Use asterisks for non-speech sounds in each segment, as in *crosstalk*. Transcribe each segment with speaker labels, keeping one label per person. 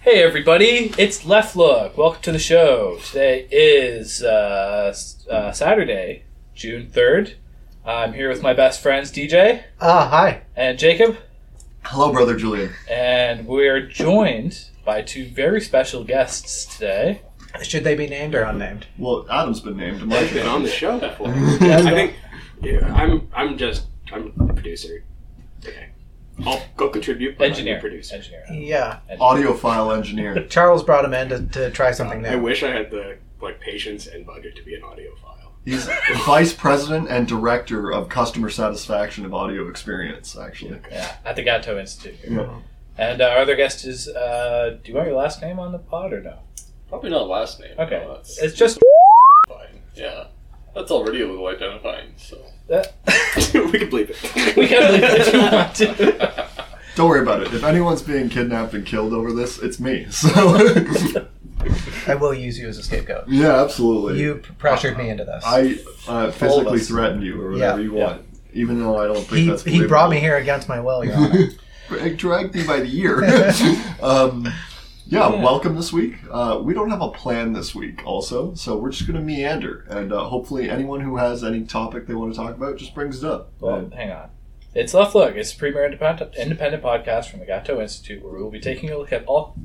Speaker 1: Hey everybody, it's Left Look. Welcome to the show. Today is uh, s- uh, Saturday, June third. I'm here with my best friends DJ
Speaker 2: Ah, hi.
Speaker 1: and Jacob,
Speaker 3: Hello, brother Julian.
Speaker 1: and we're joined by two very special guests today.
Speaker 2: Should they be named or unnamed?
Speaker 3: Well, Adam's been named.
Speaker 4: I've
Speaker 3: Mike
Speaker 4: been on the show before.
Speaker 2: Yeah,
Speaker 4: I think yeah, I'm. I'm just. I'm a producer. Okay, I'll go contribute. But
Speaker 1: Engineer,
Speaker 4: I'm a producer.
Speaker 1: engineer.
Speaker 2: Yeah.
Speaker 3: audiophile engineer.
Speaker 2: Charles brought him in to, to try something
Speaker 4: I
Speaker 2: new.
Speaker 4: wish I had the like patience and budget to be an audiophile. *laughs*
Speaker 3: He's vice president and director of customer satisfaction of audio experience. Actually,
Speaker 1: Yeah, at the Gatto Institute.
Speaker 3: Yeah.
Speaker 1: And uh, our other guest is. Uh, do you want your last name on the pod or no?
Speaker 5: Probably not last name.
Speaker 1: Okay,
Speaker 5: No, that's
Speaker 1: it's just.
Speaker 5: fine. Yeah. That's already a little identifying, so.
Speaker 4: we can believe it.
Speaker 1: uh, we can
Speaker 4: *laughs*
Speaker 1: leave it if you want to.
Speaker 3: don't worry about it. If anyone's being kidnapped and killed over this, it's me. *laughs* So,
Speaker 2: I will use you as a scapegoat.
Speaker 3: yeah, absolutely.
Speaker 2: You p- pressured me into this.
Speaker 3: Uh, I uh,
Speaker 5: All
Speaker 3: physically
Speaker 5: of us.
Speaker 3: threatened you or whatever
Speaker 2: Yeah.
Speaker 3: you want, even though I don't think
Speaker 2: he,
Speaker 3: that's.
Speaker 2: he brought me here against my will, Your Honor.
Speaker 3: *laughs* It dragged me by the ear. um, yeah, welcome this week. Uh, we don't have a plan this week, also, so we're just going to meander. And uh, hopefully, anyone who has any topic they want to talk about just brings it up. Uh,
Speaker 1: Well,
Speaker 3: And
Speaker 1: hang on. It's Left Look. It's a premier independent, independent podcast from the Gatto Institute, where we will be taking a look at all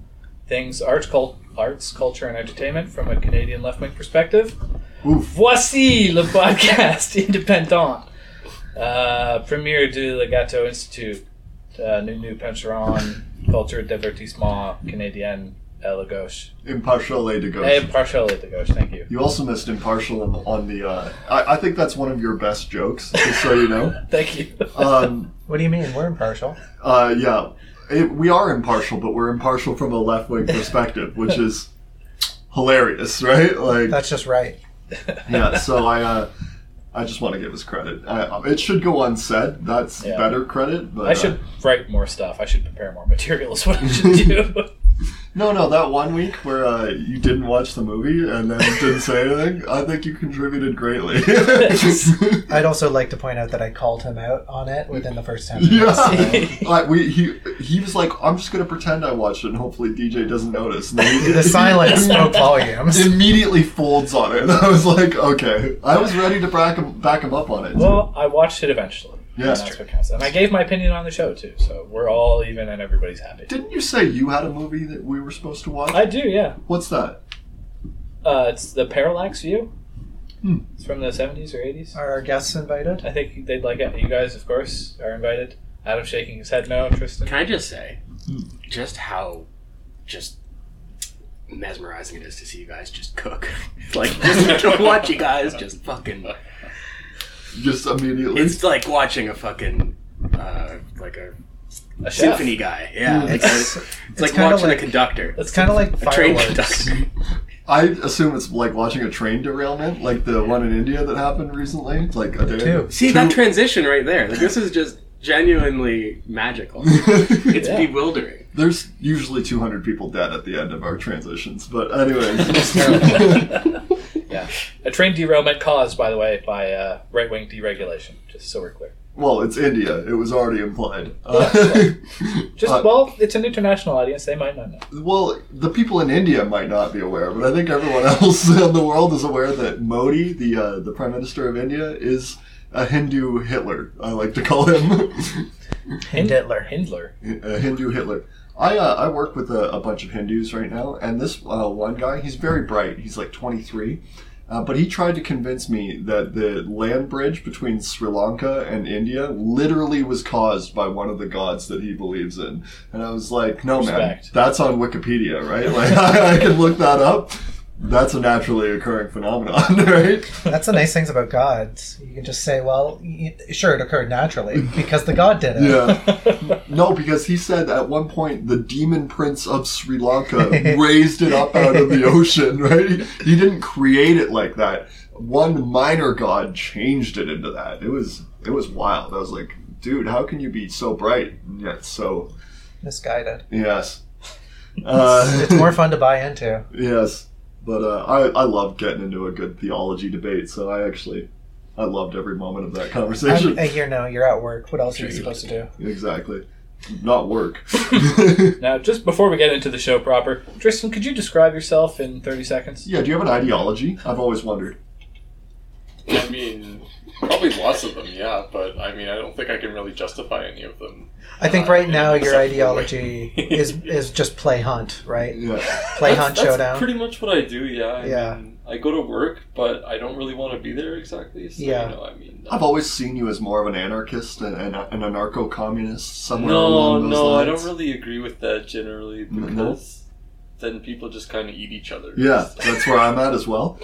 Speaker 1: things arts, cult, arts, culture, and entertainment from a Canadian left wing perspective.
Speaker 3: Oof.
Speaker 1: Voici le podcast *laughs* indépendant, uh, premier de le Gatto Institute, uh, Nous Nous Pencherons, Culture Divertissement Canadienne et la Gauche.
Speaker 3: impartial de gauche.
Speaker 1: Hey, partial et la Gauche, thank you.
Speaker 3: You also missed impartial on, on the. Uh, I, I think that's one of your best jokes, just so you know.
Speaker 1: *laughs* Thank you.
Speaker 3: Um,
Speaker 2: What do you mean? We're impartial.
Speaker 3: Uh, yeah, it, we are impartial, but we're impartial from a left wing perspective, which is hilarious, right? Like,
Speaker 2: That's just right.
Speaker 3: *laughs* yeah. So I, uh, I just want to give us credit. I, it should go unsaid. That's
Speaker 1: Yeah.
Speaker 3: better credit. But
Speaker 1: I
Speaker 3: uh,
Speaker 1: should write more stuff. I should prepare more material, is what I should do.
Speaker 3: no, no. That one week where uh, you didn't watch the movie and then didn't say anything, I think you contributed greatly. *laughs*
Speaker 1: *laughs*
Speaker 2: I'd also like to point out that I called him out on it within the first 10 minutes.
Speaker 1: *laughs*
Speaker 3: Yeah, I, we, he he was like, I'm just gonna pretend I watched it, and hopefully DJ doesn't notice. And then
Speaker 2: *laughs*
Speaker 3: he-
Speaker 2: The silence
Speaker 3: *laughs*
Speaker 2: spoke volumes.
Speaker 3: immediately folds on it. *laughs* And I was like, okay. I was ready to back him, back him up on it.
Speaker 1: Well, I watched it eventually.
Speaker 3: Yeah,
Speaker 1: and
Speaker 3: that's
Speaker 1: that's what counts. And I gave my opinion on the show too, so we're all even and everybody's happy.
Speaker 3: Didn't you say you had a movie that we were supposed to watch?
Speaker 1: I do, yeah.
Speaker 3: What's that?
Speaker 1: Uh, it's the Parallax View.
Speaker 3: Hmm.
Speaker 1: It's from the seventies or eighties.
Speaker 2: Are our guests invited?
Speaker 1: I think they'd like it. You guys, of course, are invited. Adam shaking his head no. Tristan,
Speaker 4: Can I just say,
Speaker 2: Hmm.
Speaker 4: just how, just mesmerizing it is to see you guys just cook. *laughs* like
Speaker 2: *laughs*
Speaker 4: just to watch you guys just fucking.
Speaker 3: Just immediately.
Speaker 4: It's like watching a fucking. Uh, like a
Speaker 1: a chef.
Speaker 4: symphony guy, yeah. Like a- it's, like
Speaker 2: Hmm. kinda
Speaker 4: watching
Speaker 2: like-
Speaker 4: a conductor,
Speaker 2: It's kind of like
Speaker 4: a train
Speaker 2: fireworks. *laughs*
Speaker 4: conductor.
Speaker 3: I assume it's like watching a train derailment, like the one in India that happened recently. Like a day.
Speaker 2: Two.
Speaker 4: See that transition right there. Like this is just genuinely
Speaker 2: *laughs*
Speaker 4: magical.
Speaker 3: *laughs*
Speaker 4: It's
Speaker 1: Yeah.
Speaker 4: bewildering.
Speaker 3: There's usually 200 people dead at the end of our transitions, but
Speaker 4: *laughs*
Speaker 3: anyways.
Speaker 1: yeah, a train derailment caused, by the way, by uh, right wing deregulation. Just so we're clear.
Speaker 3: *laughs* well, it's India. It was already
Speaker 4: *laughs*
Speaker 3: implied. Uh,
Speaker 1: Just
Speaker 3: Uh,
Speaker 1: well, it's an international audience. They might not know.
Speaker 3: Well, the people in India might not be aware, but I think everyone *laughs* else in the world is aware that Modi, the uh, the prime minister of India, is a Hindu Hitler. I like to call him *laughs*
Speaker 2: Hinditler.
Speaker 1: Hindler.
Speaker 3: a uh, Hindu Hitler. I uh, I work with a, a bunch of Hindus right now, and this uh, one guy, he's very bright. He's like 23. Uh, but he tried to convince me that the land bridge between Sri Lanka and India literally was caused by one of the gods that he believes in. And I was like, no, man,
Speaker 1: Respect.
Speaker 3: that's on Wikipedia, right? Like, *laughs* I, I can look that up. That's a naturally occurring phenomenon, *laughs* right?
Speaker 2: That's the nice things about gods. You can just say, well, y- sure, it occurred naturally because the god did it.
Speaker 3: Yeah.
Speaker 2: *laughs*
Speaker 3: No, because he said at one point the demon prince of Sri Lanka *laughs* raised it up out of the ocean, right? He, he didn't create it like that. One minor god changed it into that. It was it was wild. I was like, dude, how can you be so bright and yet so
Speaker 2: Misguided.
Speaker 3: yes. Uh,
Speaker 2: *laughs*
Speaker 3: *laughs*
Speaker 2: It's more fun to buy into.
Speaker 3: yes. But uh, I, I love getting into a good theology debate, so I actually I loved every moment of that conversation.
Speaker 2: I'm, uh, here, no, you're at work. What else are you supposed to do?
Speaker 3: exactly. Not
Speaker 2: *laughs*
Speaker 3: work. *laughs*
Speaker 1: Now, just before we get into the show proper, Tristan, could you describe yourself in 30 seconds?
Speaker 3: yeah, do you have an ideology? I've always wondered.
Speaker 5: I mean, probably lots of them, yeah, but I mean, I don't think I can really justify any of them.
Speaker 2: I think
Speaker 5: Uh,
Speaker 2: right
Speaker 5: yeah,
Speaker 2: now your
Speaker 5: except for-
Speaker 2: ideology is is just play hunt, right?
Speaker 3: Yeah.
Speaker 2: Play hunt showdown.
Speaker 5: pretty much what I do, yeah. I
Speaker 2: Yeah.
Speaker 5: Mean, I go to work, but I don't really want to be there exactly. So,
Speaker 2: Yeah.
Speaker 5: You know, I mean,
Speaker 3: I've always seen you as more of an anarchist and and an anarcho communist somewhere
Speaker 5: no,
Speaker 3: along those
Speaker 5: no, I
Speaker 3: lines.
Speaker 5: don't really agree with that generally
Speaker 3: No?
Speaker 5: because then people just kind of eat each other.
Speaker 3: Yeah,
Speaker 5: So-
Speaker 3: that's where I'm at as well.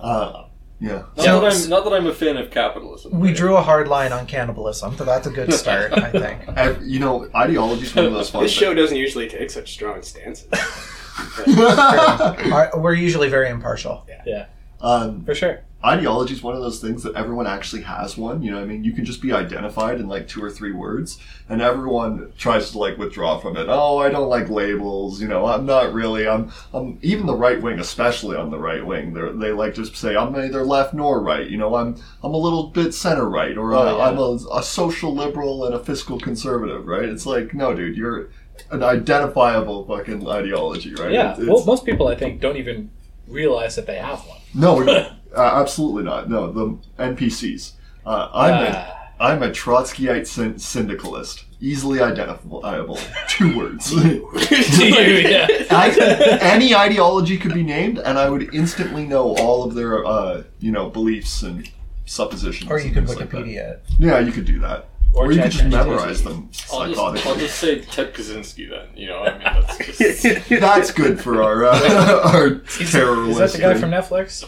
Speaker 3: Uh, yeah.
Speaker 5: Not,
Speaker 2: So-
Speaker 5: that I'm, not that I'm a fan of capitalism.
Speaker 2: We
Speaker 5: right?
Speaker 2: drew a hard line on cannibalism, so that's a good start, I think.
Speaker 3: *laughs* I, you know, ideology's one of those fun
Speaker 5: *laughs*
Speaker 4: This show doesn't usually take such strong stances.
Speaker 3: things.
Speaker 2: Our, we're usually very impartial.
Speaker 3: *laughs* um,
Speaker 1: For sure.
Speaker 3: ideology is one of those things that everyone actually has one. You know what I mean? You can just be identified in like two or three words, and everyone tries to like withdraw from it. Oh, I don't like labels. You know, I'm not really. I'm. I'm even the right wing, especially on the right wing. They they like to say I'm neither left nor right. You know, I'm I'm a little bit center right, or uh,
Speaker 1: Oh, yeah.
Speaker 3: I'm a, a social liberal and a fiscal conservative. Right? It's like no, dude, you're an identifiable fucking ideology, right?
Speaker 1: Yeah.
Speaker 3: It's- it's-
Speaker 1: Well, most people, I think, don't even realize that they have
Speaker 3: *laughs*
Speaker 1: one. *laughs*
Speaker 3: no, we- uh, absolutely not. No, the NPCs. Uh, I'm
Speaker 1: Ah.
Speaker 3: a I'm a Trotskyite syn- syndicalist, easily identifiable. Two words.
Speaker 1: Do you? Yeah.
Speaker 3: I, any ideology could be named, and I would instantly know all of their uh, you know beliefs and suppositions.
Speaker 2: Or you
Speaker 3: and
Speaker 2: could
Speaker 3: things like that.
Speaker 2: Wikipedia it.
Speaker 3: yeah, you could do that. Or,
Speaker 1: Or
Speaker 3: you could just
Speaker 1: ChatGPT.
Speaker 3: memorize them
Speaker 5: I'll just, I'll
Speaker 3: psychotically. *laughs*
Speaker 5: just say Ted Kaczynski then. You know, I mean, that's just.
Speaker 3: That's good for our uh, our terrorist.
Speaker 1: Is that the guy
Speaker 3: thing.
Speaker 1: from Netflix?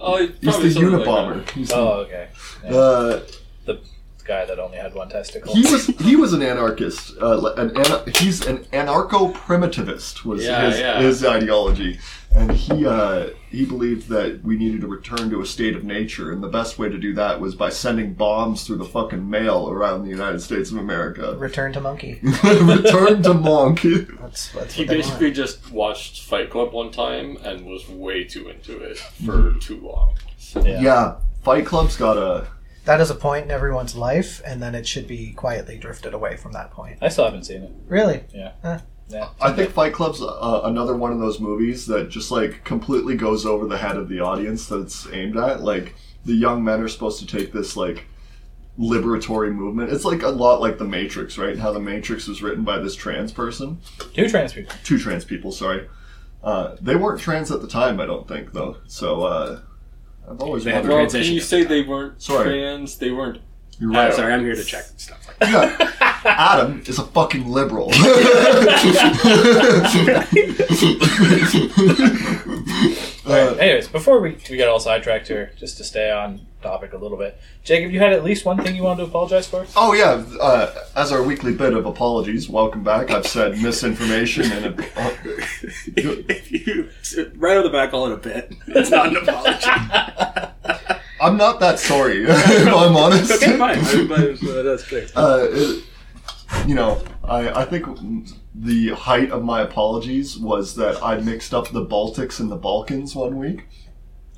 Speaker 5: Oh,
Speaker 3: He's
Speaker 5: probably
Speaker 3: the
Speaker 5: something like that.
Speaker 3: Unabomber. He's the-
Speaker 1: Oh, okay.
Speaker 3: uh,
Speaker 1: The guy that only had one testicle.
Speaker 3: He was he was an anarchist. Uh, an ana- he's an anarcho primitivist was
Speaker 5: Yeah,
Speaker 3: his,
Speaker 5: yeah.
Speaker 3: his ideology, and he uh, he believed that we needed to return to a state of nature, and the best way to do that was by sending bombs through the fucking mail around the United States of America.
Speaker 2: Return to monkey.
Speaker 3: *laughs* return to monk.
Speaker 2: That's, that's
Speaker 5: He
Speaker 2: what they
Speaker 5: basically
Speaker 2: want.
Speaker 5: just watched Fight Club one time and was way too into it for
Speaker 3: Mm-hmm.
Speaker 5: too long. So,
Speaker 1: Yeah.
Speaker 3: *laughs* yeah, Fight Club's got a
Speaker 2: That is a point in everyone's life, and then it should be quietly drifted away from that point.
Speaker 1: I still haven't seen it.
Speaker 2: Really?
Speaker 1: Yeah.
Speaker 3: I think Fight Club's uh, another one of those movies that just like completely goes over the head of the audience that it's aimed at. Like the young men are supposed to take this like liberatory movement. It's like a lot like The Matrix, right? How The Matrix was written by this trans person,
Speaker 1: Two trans people.
Speaker 3: two trans people, sorry. Uh, they weren't trans at the time, I don't think, though. So uh, I've always
Speaker 4: They had
Speaker 3: wondered.
Speaker 5: Well, can
Speaker 4: Transition.
Speaker 5: you say they weren't
Speaker 3: Sorry.
Speaker 5: trans? They weren't.
Speaker 3: You're
Speaker 4: I'm
Speaker 3: right.
Speaker 4: sorry, I'm here to check stuff like that.
Speaker 3: Yeah. Adam is a fucking
Speaker 4: *laughs*
Speaker 3: liberal. *laughs* Uh,
Speaker 1: Anyways, before we, we get all sidetracked here, just to stay on topic a little bit, Jacob, you had at least one thing you wanted to apologize for?
Speaker 3: Oh yeah, uh, as our weekly bit of apologies, welcome back. I've said misinformation and uh,
Speaker 4: if you right on the back all in a bit, it's not an *laughs* apology.
Speaker 3: I'm not that sorry. *laughs* if I'm honest,
Speaker 4: okay, fine. Everybody's, uh, that's clear.
Speaker 3: Uh, it- you know, I, I think the height of my apologies was that I mixed up the Baltics and the Balkans one week,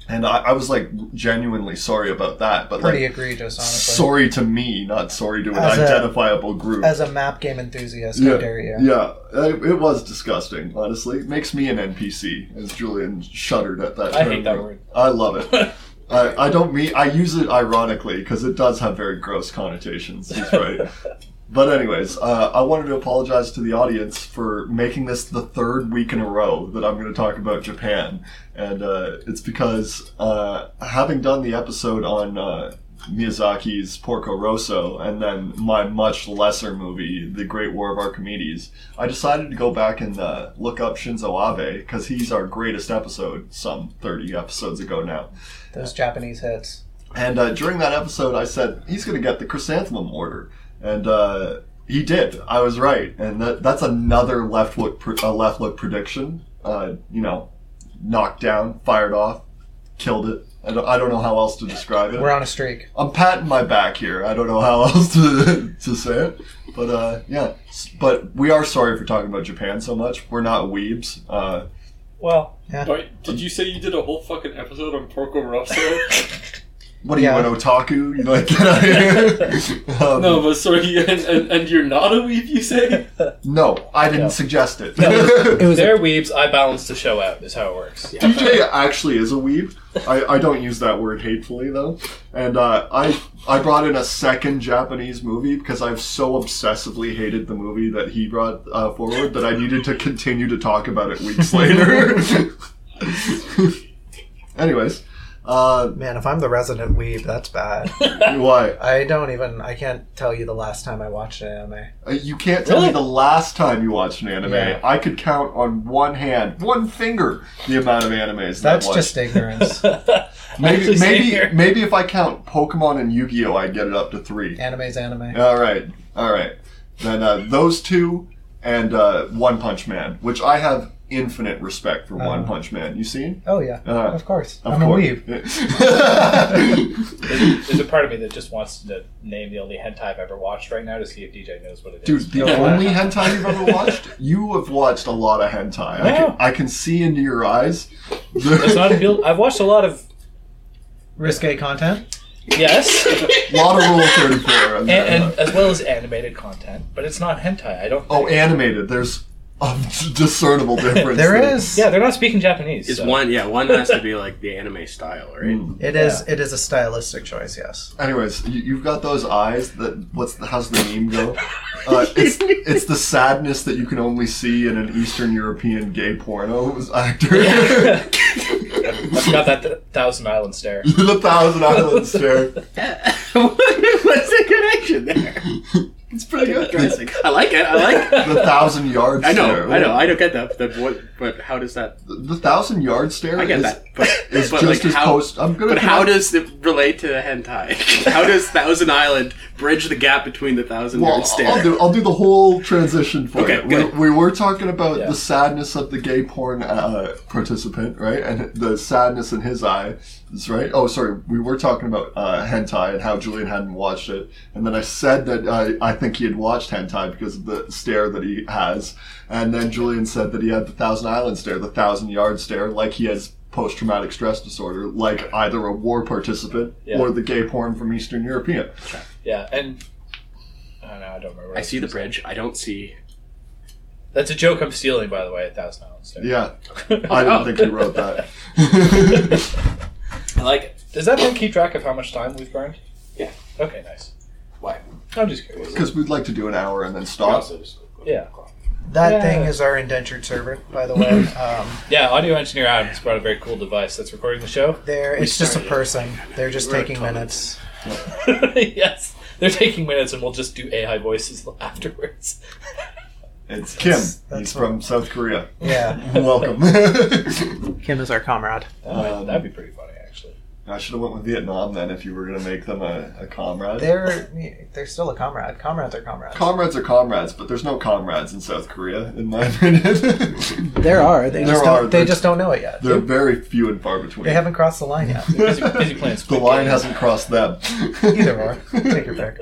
Speaker 3: and I, I was like genuinely sorry about that. But
Speaker 2: Pretty
Speaker 3: like,
Speaker 2: egregious, honestly.
Speaker 3: sorry to me, not sorry to an
Speaker 2: As a-
Speaker 3: identifiable group.
Speaker 2: As a map game enthusiast, how dare you?
Speaker 3: Yeah, it, it was disgusting, honestly. It makes me an NPC, as Julian shuddered at that
Speaker 1: I
Speaker 3: term.
Speaker 1: hate that word.
Speaker 3: I
Speaker 1: *laughs*
Speaker 3: love it. I, I don't mean, I use it ironically because it does have very gross connotations. He's right.
Speaker 1: *laughs*
Speaker 3: but, anyways, uh, I wanted to apologize to the audience for making this the third week in a row that I'm going to talk about Japan. And uh, it's because uh, having done the episode on. Uh, Miyazaki's Porco Rosso, and then my much lesser movie, The Great War of Archimedes, I decided to go back and uh, look up Shinzo Abe because he's our greatest episode some 30 episodes ago now.
Speaker 2: Those Japanese hits.
Speaker 3: And uh, during that episode, I said he's going to get the chrysanthemum order, and uh, he did. I was right, and that, that's another left look pr- uh, left look prediction. Uh, you know, knocked down, fired off, killed it. I don't, I don't know how else to describe it.
Speaker 2: We're on a streak.
Speaker 3: I'm patting my back here. I don't know how *laughs* else to, to say it. But uh, yeah, S- but we are sorry for talking about Japan so much. We're not weebs. Uh,
Speaker 1: Well, *laughs*
Speaker 5: Wait, did you say you did a whole fucking episode on Porco Rosso?
Speaker 3: What are
Speaker 2: Yeah.
Speaker 3: you, an otaku? You like get
Speaker 2: *laughs*
Speaker 3: out of here. *laughs* um,
Speaker 5: No, but sorry, *laughs* and, and, and you're not a weeb, you say?
Speaker 3: no, I didn't
Speaker 1: No.
Speaker 3: suggest it.
Speaker 2: *laughs* It
Speaker 3: *laughs*
Speaker 2: was
Speaker 1: They're weebs. I balance the show out. Is how it works.
Speaker 3: DJ actually is a weeb. I, I don't use that word hatefully though. And uh, I I brought in a second Japanese movie because I've so obsessively hated the movie that he brought uh, forward that I needed to continue to talk about
Speaker 2: *laughs*
Speaker 3: it weeks later. *laughs* Anyways, uh,
Speaker 2: man, if I'm the resident weeb, that's bad.
Speaker 3: why
Speaker 2: I don't even. I can't tell you the last time I watched an anime.
Speaker 3: Uh, you can't tell me
Speaker 1: Really?
Speaker 3: the last time you watched an anime?
Speaker 2: Yeah.
Speaker 3: I could count on one hand, one finger, the amount of animes. that I
Speaker 2: That's
Speaker 3: watched.
Speaker 2: just
Speaker 3: *laughs*
Speaker 2: ignorance.
Speaker 3: maybe
Speaker 1: Actually, same here.
Speaker 3: maybe maybe if I count Pokemon and Yu Gi Oh, I'd get it up to three.
Speaker 2: Anime's anime.
Speaker 3: All right, all right. Then uh, those two and uh, One Punch Man, which I have infinite respect for. One
Speaker 1: Uh-huh.
Speaker 2: Uh.
Speaker 3: Punch Man, you seen?
Speaker 2: Oh yeah,
Speaker 3: Uh,
Speaker 2: of course.
Speaker 3: Of
Speaker 2: I'm
Speaker 3: course.
Speaker 2: a weeb.
Speaker 3: *laughs*
Speaker 1: There's, there's a part of me that just wants to name the only hentai I've ever watched right now to see if DJ knows what it
Speaker 3: Dude,
Speaker 1: is.
Speaker 3: the only hentai you've ever watched? You have watched a lot of hentai. I, can,
Speaker 1: No.
Speaker 3: I can see into your eyes.
Speaker 1: That's not a
Speaker 3: *laughs*
Speaker 1: build. I've watched a lot of
Speaker 2: Risque content.
Speaker 1: yes,
Speaker 3: lot of Rule 34. on
Speaker 1: and,
Speaker 3: that
Speaker 1: and
Speaker 3: one.
Speaker 1: as well as animated content, but it's not hentai. I don't.
Speaker 3: oh, animated. There's a
Speaker 1: *laughs*
Speaker 3: discernible difference.
Speaker 2: There is.
Speaker 1: Yeah, they're not speaking Japanese.
Speaker 4: It's
Speaker 1: so.
Speaker 4: one, yeah, one has to be like the anime style, right?
Speaker 3: Mm.
Speaker 2: It is. It is a stylistic choice. Yes.
Speaker 3: Anyways, you, you've got those eyes that. What's the, how's the meme go? Uh,
Speaker 4: *laughs*
Speaker 3: it's it's the sadness that you can only see in an Eastern European gay porno *laughs* actor.
Speaker 1: I've got that th- Thousand Island stare.
Speaker 3: *laughs* the Thousand Island
Speaker 4: *laughs*
Speaker 3: stare.
Speaker 4: What's the connection there? It's pretty
Speaker 3: good.
Speaker 4: interesting. I like it. I like. It.
Speaker 3: The Thousand Yard
Speaker 4: I
Speaker 3: Stare.
Speaker 4: know. I know. I don't get that. But what? But how does that?
Speaker 3: The, the Thousand Yard Stare
Speaker 4: I get
Speaker 3: is,
Speaker 4: that. But,
Speaker 3: is
Speaker 4: but
Speaker 3: just
Speaker 4: like
Speaker 3: as
Speaker 4: how?
Speaker 3: post. I'm gonna.
Speaker 4: But how does it relate to the hentai? *laughs* How does Thousand Island bridge the gap between the Thousand
Speaker 3: Well,
Speaker 4: Yard Stare?
Speaker 3: I'll do, I'll do the whole transition for
Speaker 4: Okay,
Speaker 3: you. We,
Speaker 4: good.
Speaker 3: we were talking about
Speaker 1: Yeah.
Speaker 3: the sadness of the gay porn uh, participant, right? And the sadness in his eyes, right? Oh, sorry. We were talking about uh, hentai and how Julian hadn't watched it. And then I said that uh, I think he had watched hentai because of the stare that he has. And then Julian said that he had the Thousand Island stare, the Thousand Yard stare, like he has post traumatic stress disorder, like either a war participant
Speaker 1: Yeah.
Speaker 3: or the gay porn from Eastern European.
Speaker 1: Yeah, and I don't know. I don't remember.
Speaker 4: I see the bridge. I don't see.
Speaker 1: That's a joke I'm stealing, by the way. A Thousand Island stare.
Speaker 3: Yeah.
Speaker 1: Oh.
Speaker 3: I didn't think you wrote that.
Speaker 1: *laughs* I like it. Does that thing keep track of how much time we've burned?
Speaker 4: Yeah.
Speaker 1: Okay, nice.
Speaker 4: Why?
Speaker 1: I'm just curious.
Speaker 3: Because we'd like to do an hour and then stop.
Speaker 1: Yeah.
Speaker 2: That
Speaker 1: Yeah.
Speaker 2: thing is our indentured servant,
Speaker 3: *laughs*
Speaker 2: by the way. Um,
Speaker 1: Yeah, audio engineer Adam has brought a very cool device that's recording the show. *laughs*
Speaker 2: there, it's just a
Speaker 4: started-
Speaker 2: person. They're just
Speaker 4: we were at
Speaker 2: taking
Speaker 4: Tom's.
Speaker 2: minutes.
Speaker 1: yes. They're taking minutes and we'll just do AI voices *laughs* afterwards.
Speaker 3: It's Kim.
Speaker 2: that's
Speaker 3: He's from South Korea.
Speaker 2: Yeah,
Speaker 3: *laughs* Welcome.
Speaker 2: Kim is our comrade.
Speaker 1: That might-
Speaker 3: Um,
Speaker 1: that'd be pretty funny, actually.
Speaker 3: I should have went with Vietnam then if you were going to make them a, a comrade.
Speaker 2: They're they're still a comrade. Comrades are comrades.
Speaker 3: comrades are comrades, but there's no comrades in South Korea, in
Speaker 2: *laughs*
Speaker 3: my opinion.
Speaker 2: there are. They
Speaker 3: There
Speaker 2: just
Speaker 3: are.
Speaker 2: don't. They
Speaker 3: They're-
Speaker 2: just don't know it yet.
Speaker 3: They're very few and far between.
Speaker 2: They
Speaker 3: *laughs*
Speaker 2: haven't crossed the line yet.
Speaker 1: Busy, busy playing
Speaker 3: the
Speaker 1: Squid
Speaker 3: line
Speaker 1: Game.
Speaker 3: hasn't crossed them.
Speaker 2: Either or,
Speaker 3: *laughs*
Speaker 2: take your pick.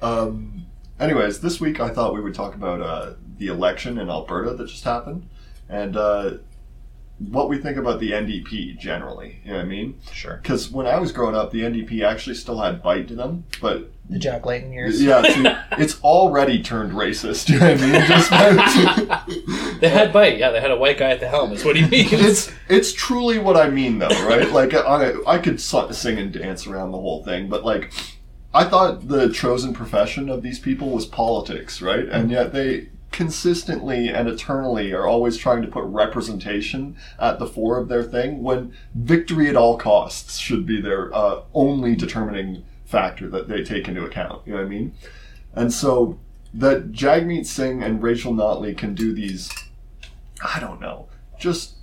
Speaker 3: Um, anyways, this week I thought we would talk about uh, the election in Alberta that just happened and uh, what we think about the NDP generally. You know what I mean?
Speaker 2: Sure.
Speaker 3: Because when I was growing up, the NDP actually still had bite to them, but
Speaker 2: The Jack Layton years.
Speaker 3: yeah, see, it's already turned racist. *laughs* You know what I mean? Just by-
Speaker 1: They had bite. Yeah, they had a white guy at the helm. Is what he means.
Speaker 3: *laughs* it's it's truly what I mean though, right? Like I I could su- sing and dance around the whole thing, but like I thought the chosen profession of these people was politics, right? And yet they consistently and eternally are always trying to put representation at the fore of their thing when victory at all costs should be their uh, only determining factor that they take into account. You know what I mean? And so that Jagmeet Singh and Rachel Notley can do these, I don't know, just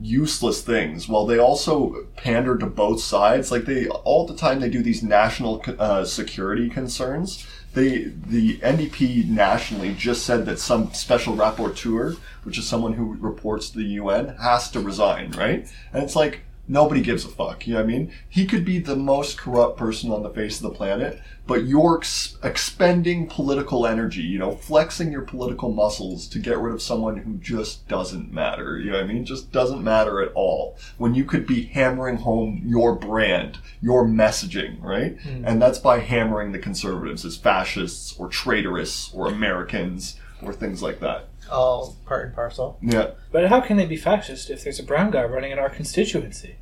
Speaker 3: useless things while they also pander to both sides like they all the time they do these national uh, security concerns they the ndp nationally just said that some special rapporteur which is someone who reports to the un has to resign right and it's like nobody gives a fuck. You know what I mean? He could be the most corrupt person on the face of the planet, but you're ex- expending political energy, you know, flexing your political muscles to get rid of someone who just doesn't matter. You know what I mean? Just doesn't matter at all. When you could be hammering home your brand, your messaging, right? And that's by hammering the conservatives as fascists or traitorous or Americans or things like that.
Speaker 2: All part and parcel.
Speaker 3: Yeah.
Speaker 1: But how can they be fascist if there's a brown guy running in our constituency?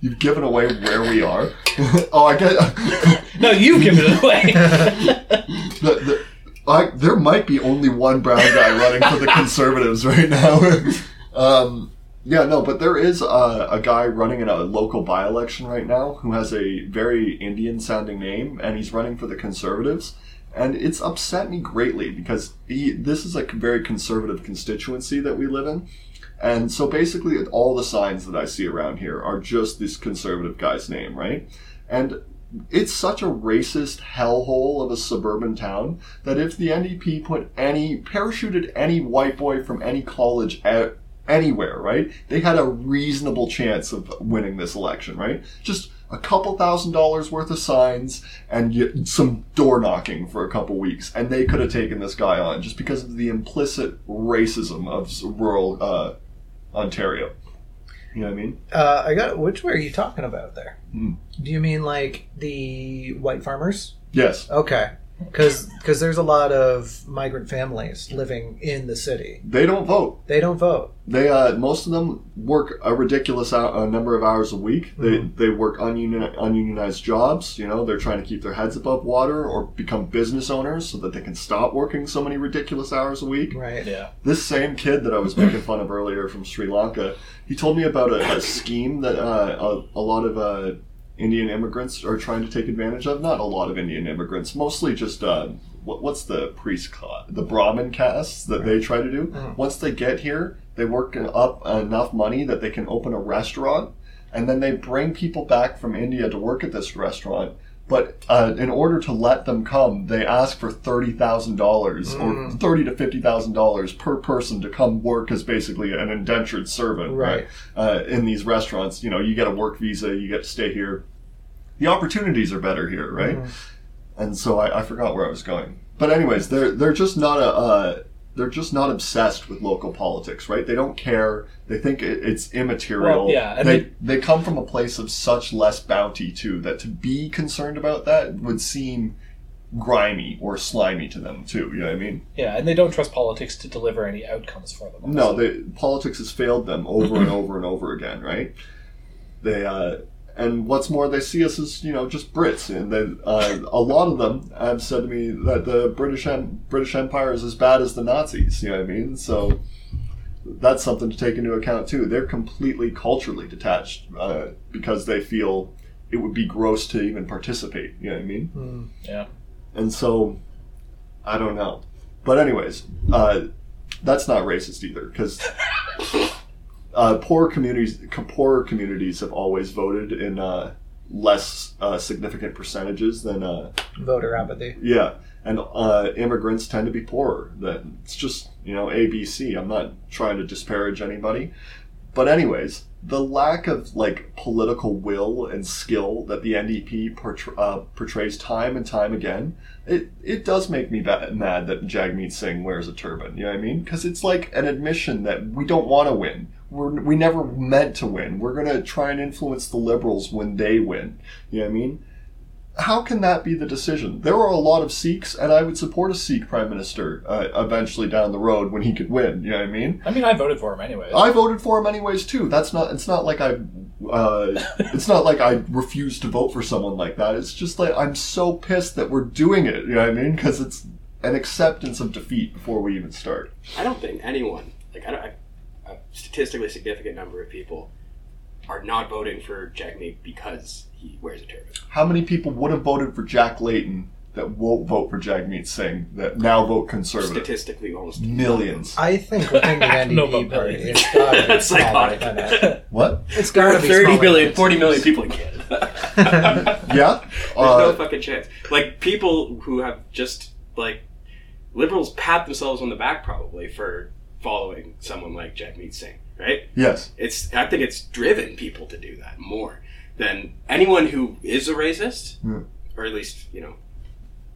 Speaker 3: You've given away where we are. *laughs* oh, I guess. *laughs*
Speaker 1: No, you give it *laughs* away.
Speaker 3: The, the, I, there might be only one brown guy running for the conservatives right now. *laughs* um, yeah, no, but there is a, a guy running in a local by election right now who has a very Indian sounding name, and he's running for the conservatives. And it's upset me greatly because he, this is a very conservative constituency that we live in. And so basically, all the signs that I see around here are just this conservative guy's name, right? And it's such a racist hellhole of a suburban town that if the NDP put any parachuted any white boy from any college at anywhere, right, they had a reasonable chance of winning this election, right? Just a couple thousand dollars worth of signs and y some door knocking for a couple weeks, and they could have taken this guy on just because of the implicit racism of s- rural uh, Ontario. You know what I mean?
Speaker 2: Uh, I got. Which way are you talking about there?
Speaker 3: Hmm.
Speaker 2: Do you mean like the white farmers?
Speaker 3: Yes,
Speaker 2: Okay, because there's a lot of migrant families living in the city.
Speaker 3: they don't vote.
Speaker 2: They don't vote.
Speaker 3: They uh, most of them work a ridiculous ou- a number of hours a week. They they work ununi- ununionized jobs. You know they're trying to keep their heads above water or become business owners so that they can stop working so many ridiculous hours a week.
Speaker 2: Right.
Speaker 1: yeah.
Speaker 3: This same kid that I was making fun of earlier from Sri Lanka, he told me about a, a scheme that uh, a, a lot of uh, Indian immigrants are trying to take advantage of. Not a lot of Indian immigrants, mostly just uh, what, what's the priest ca the Brahmin castes that they try to do. Once they get here, they work up enough money that they can open a restaurant, and then they bring people back from India to work at this restaurant. But uh, in order to let them come, they ask for thirty thousand dollars or thirty to fifty thousand dollars per person to come work as basically an indentured servant,
Speaker 2: Right.
Speaker 3: Uh, in these restaurants, you know, you get a work visa, you get to stay here. The opportunities are better here, right? And so I, I forgot where I was going. But anyways, they're they're just not a. Uh, they're just not obsessed with local politics, right? They don't care. They think it, it's immaterial.
Speaker 1: Well, yeah, and
Speaker 3: they,
Speaker 1: they-
Speaker 3: they come from a place of such less bounty too that to be concerned about that would seem grimy or slimy to them too you know what i mean
Speaker 1: Yeah, and they don't trust politics to deliver any outcomes for them.
Speaker 3: no they, politics has failed them over and over and over again right they uh and what's more they see us as you know just brits and then uh, a lot of them have said to me that the british em- british empire is as bad as the nazis you know what i mean so that's something to take into account too they're completely culturally detached uh, because they feel it would be gross to even participate you know what i mean
Speaker 1: Yeah.
Speaker 3: and so I don't know. But anyways, uh, that's not racist either because uh, poor communities, co- poorer communities have always voted in uh, less uh, significant percentages than uh,
Speaker 2: Voter apathy.
Speaker 3: yeah, and uh, immigrants tend to be poorer. That it's just you know ABC. I'm not trying to disparage anybody, but anyways, the lack of like political will and skill that the NDP portr uh, portrays time and time again, it it does make me ba- mad that Jagmeet Singh wears a turban. You know what I mean? Because it's like an admission that we don't want to win. We're, we never meant to win. We're gonna try and influence the liberals when they win. You know what I mean? how can that be the decision? There are a lot of Sikhs, and I would support a Sikh prime minister uh, eventually down the road when he could win. You know what I mean?
Speaker 1: I mean, I voted for him anyway.
Speaker 3: I voted for him anyways too. That's not. It's not like I. Uh, it's not like I refuse to vote for someone like that. It's just like I'm so pissed that we're doing it. You know what I mean? Because it's an acceptance of defeat before we even start.
Speaker 4: I don't think anyone, like I don't, I, a statistically significant number of people, are not voting for Jagmeet because he wears a turban.
Speaker 3: How many people would have voted for Jack Layton that won't vote for Jagmeet Singh that now vote conservative?
Speaker 4: Statistically, almost
Speaker 3: Millions.
Speaker 2: I think within the NDP
Speaker 1: No, but-
Speaker 2: party, it's got to be
Speaker 4: It's
Speaker 2: smaller
Speaker 4: psychotic.
Speaker 2: than that.
Speaker 3: What?
Speaker 2: It's got to be smaller than
Speaker 4: 40 million people in Canada. *laughs*
Speaker 3: *laughs* Yeah.
Speaker 4: There's
Speaker 3: Uh,
Speaker 4: no fucking chance. Like people who have just like liberals pat themselves on the back probably for following someone like Jagmeet Singh. right?
Speaker 3: Yes.
Speaker 4: It's I think it's driven people to do that more than anyone who is a racist,
Speaker 3: Hmm.
Speaker 4: or at least you know,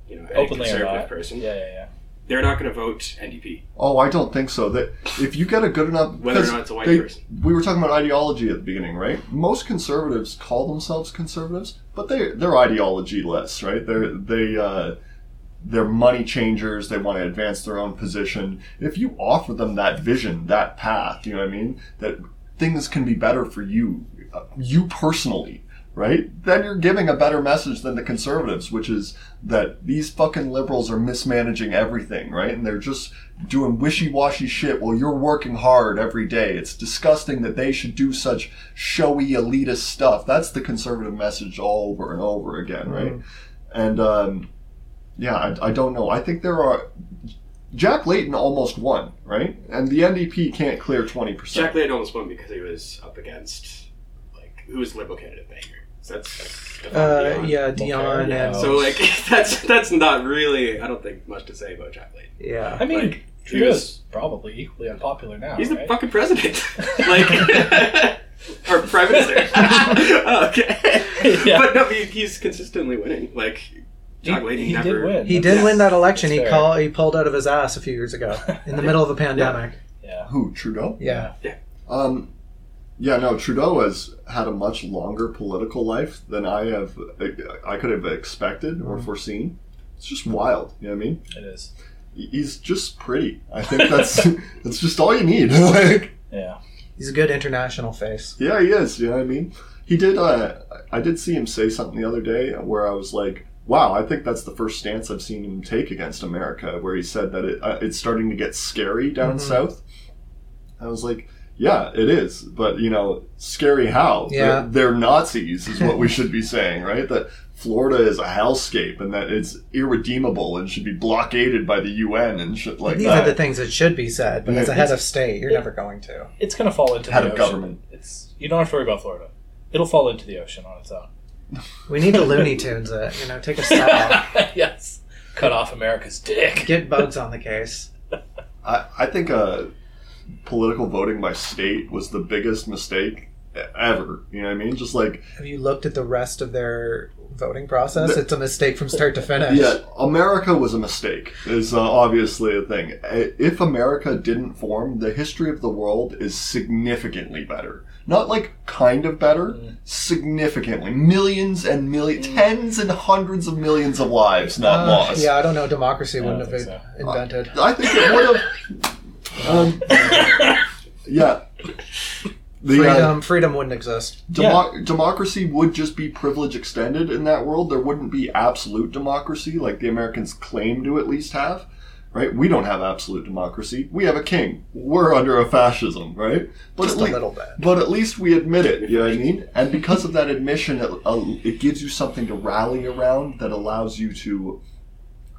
Speaker 4: you know, any
Speaker 1: Openly or
Speaker 4: conservative
Speaker 1: not.
Speaker 4: person.
Speaker 1: Yeah, yeah, yeah.
Speaker 4: They're not going to vote NDP,
Speaker 3: Oh, I don't think so. That if you get a good enough,
Speaker 4: whether or
Speaker 3: 'cause
Speaker 4: not it's a white
Speaker 3: they-
Speaker 4: person.
Speaker 3: we were talking about ideology at the beginning, right? Most conservatives call themselves conservatives, but they they're ideology less, right? They're they uh, they're money changers. They want to advance their own position. If you offer them that vision, that path, you know what I mean? That things can be better for you, uh, you personally, right? Then you're giving a better message than the conservatives, which is that these fucking liberals are mismanaging everything, right? And they're just doing wishy washy shit while you're working hard every day. It's disgusting that they should do such showy elitist stuff. That's the conservative message all over and over again, right? And, um, yeah, I, I don't know. I think there are. Jack Layton almost won, right? And the NDP can't clear 20%.
Speaker 4: Jack Layton almost won because he was up against like who was the liberal candidate that year. So that's, that's
Speaker 2: Uh,
Speaker 4: Dion.
Speaker 2: yeah, Dion
Speaker 1: Okay,
Speaker 2: and
Speaker 1: yeah.
Speaker 4: So like *laughs* that's that's not really I don't think much to say about Jack Layton.
Speaker 2: yeah.
Speaker 1: I mean,
Speaker 4: Like, he
Speaker 1: Trudeau's
Speaker 4: was-
Speaker 1: probably equally unpopular now.
Speaker 4: He's the
Speaker 1: right?
Speaker 4: fucking
Speaker 1: *laughs*
Speaker 4: president, like *laughs* or prime minister. oh, okay,
Speaker 1: Yeah.
Speaker 4: but no, he, he's consistently winning. Like Jack Layton
Speaker 1: he, he
Speaker 4: never
Speaker 1: did win.
Speaker 2: He
Speaker 1: That's-
Speaker 2: did win that election. He
Speaker 1: That's fair.
Speaker 2: call he pulled out of his ass a few years ago in the middle of a pandemic.
Speaker 1: Yeah.
Speaker 3: Who, Trudeau?
Speaker 2: Yeah.
Speaker 3: Um, yeah, no, Trudeau has had a much longer political life than I have, I could have expected or foreseen. It's just wild, you know what I mean?
Speaker 1: It is.
Speaker 3: He's just pretty. I think that's *laughs* that's just all you need. *laughs* like,
Speaker 1: Yeah.
Speaker 2: He's a good international face.
Speaker 3: Yeah, he is. You know what I mean? He did. Uh, I did see him say something the other day where I was like, "Wow, I think that's the first stance I've seen him take against America." Where he said that it, uh, it's starting to get scary down
Speaker 2: Mhm.
Speaker 3: south. I was like, "Yeah, it is," but you know, scary how?
Speaker 2: Yeah.
Speaker 3: they're, they're Nazis is what we should be *laughs* saying, right? That Florida is a hellscape and that it's irredeemable and should be blockaded by the UN and shit like
Speaker 2: These
Speaker 3: that.
Speaker 2: are the things that should be said, but as a
Speaker 3: uh, Yeah.
Speaker 2: head of state, you're never going to.
Speaker 1: It's gonna fall into
Speaker 3: Head
Speaker 1: the
Speaker 3: of
Speaker 1: ocean.
Speaker 3: government.
Speaker 1: It's you don't have to worry about Florida. It'll fall into the ocean on its own.
Speaker 2: We need to Looney Tunes it. You know, take a stop.
Speaker 1: *laughs* yes. Cut off America's dick.
Speaker 2: Get Bugs on the case.
Speaker 3: I, I think uh, political voting by state was the biggest mistake e- ever. You know what I mean? Just like
Speaker 2: Have you looked at the rest of their voting process?
Speaker 3: The-
Speaker 2: It's a mistake from start to finish.
Speaker 3: yeah, America was a mistake. Is uh, obviously a thing. I- If America didn't form, the history of the world is significantly better. Not like kind of better,
Speaker 2: Mm.
Speaker 3: significantly. Millions and millions, tens and hundreds of millions of lives not
Speaker 2: Uh,
Speaker 3: lost. Uh,
Speaker 2: Yeah, I don't know. Democracy
Speaker 1: don't
Speaker 2: wouldn't have been
Speaker 1: think
Speaker 2: invented.
Speaker 3: I think it would have. Um,
Speaker 2: *laughs*
Speaker 3: yeah. The, uh,
Speaker 2: freedom, freedom wouldn't exist.
Speaker 3: Demo- Democracy would just be privilege extended in that world. There wouldn't be absolute democracy like the Americans claim to at least have, right? We don't have absolute democracy. We have a king. We're under a fascism, right? But
Speaker 2: Just
Speaker 3: at
Speaker 2: a
Speaker 3: lea-
Speaker 2: little bit.
Speaker 3: But at least we admit it, you know what I mean? And because of that admission, it, uh, it gives you something to rally around that allows you to,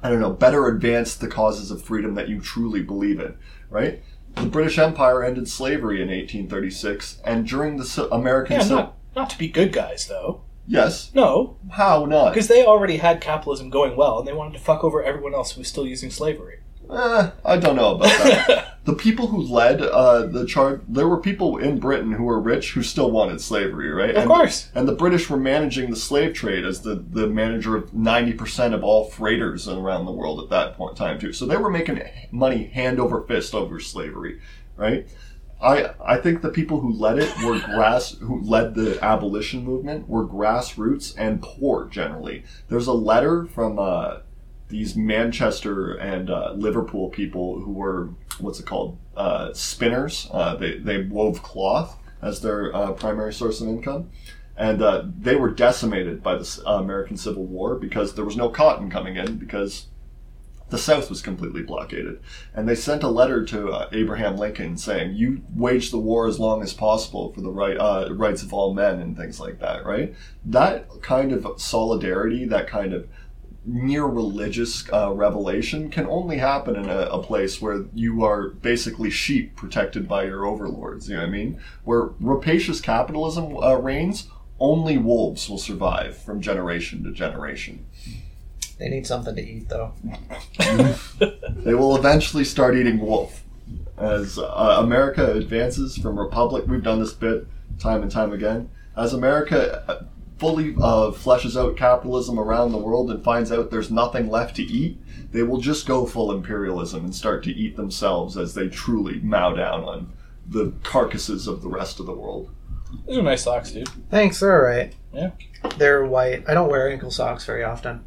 Speaker 3: I don't know, better advance the causes of freedom that you truly believe in, right? The British Empire ended slavery in 1836, and during the Ci- American
Speaker 1: Yeah,
Speaker 3: Civil
Speaker 1: not not to be good guys though.
Speaker 3: Yes.
Speaker 1: No,
Speaker 3: How not?
Speaker 1: because they already had capitalism going well, and they wanted to fuck over everyone else who was still using slavery.
Speaker 3: Eh, I don't know
Speaker 1: *laughs*
Speaker 3: about that. the people who led uh, the charge, there were people in Britain who were rich who still wanted slavery, right?
Speaker 1: Of
Speaker 3: and,
Speaker 1: course.
Speaker 3: And the British were managing the slave trade as the, the manager of 90% of all freighters around the world at that point time, too. So they were making money hand over fist over slavery, right? I, I think the people who led it were grass who led the abolition movement were grassroots and poor generally. There's a letter from uh, these Manchester and uh, Liverpool people who were what's it called uh, spinners. Uh, they they wove cloth as their uh, primary source of income, and uh, they were decimated by the S- uh, American Civil War because there was no cotton coming in because the South was completely blockaded. And they sent a letter to uh, Abraham Lincoln saying, "You wage the war as long as possible for the right uh, rights of all men and things like that." Right? That kind of solidarity, that kind of near religious uh, revelation can only happen in a, a place where you are basically sheep protected by your overlords. You know what I mean? Where rapacious capitalism uh, reigns, only wolves will survive from generation to generation.
Speaker 2: They need something to eat, though.
Speaker 3: They will eventually start eating wolf. as uh, America advances from republic, we've done this bit time and time again. As America uh, fully uh, fleshes out capitalism around the world and finds out there's nothing left to eat, they will just go full imperialism and start to eat themselves as they truly mow down on the carcasses of the rest of the world.
Speaker 1: Those are nice socks, dude.
Speaker 2: Thanks, they're alright.
Speaker 1: Yeah.
Speaker 2: They're white. I don't wear ankle socks very often.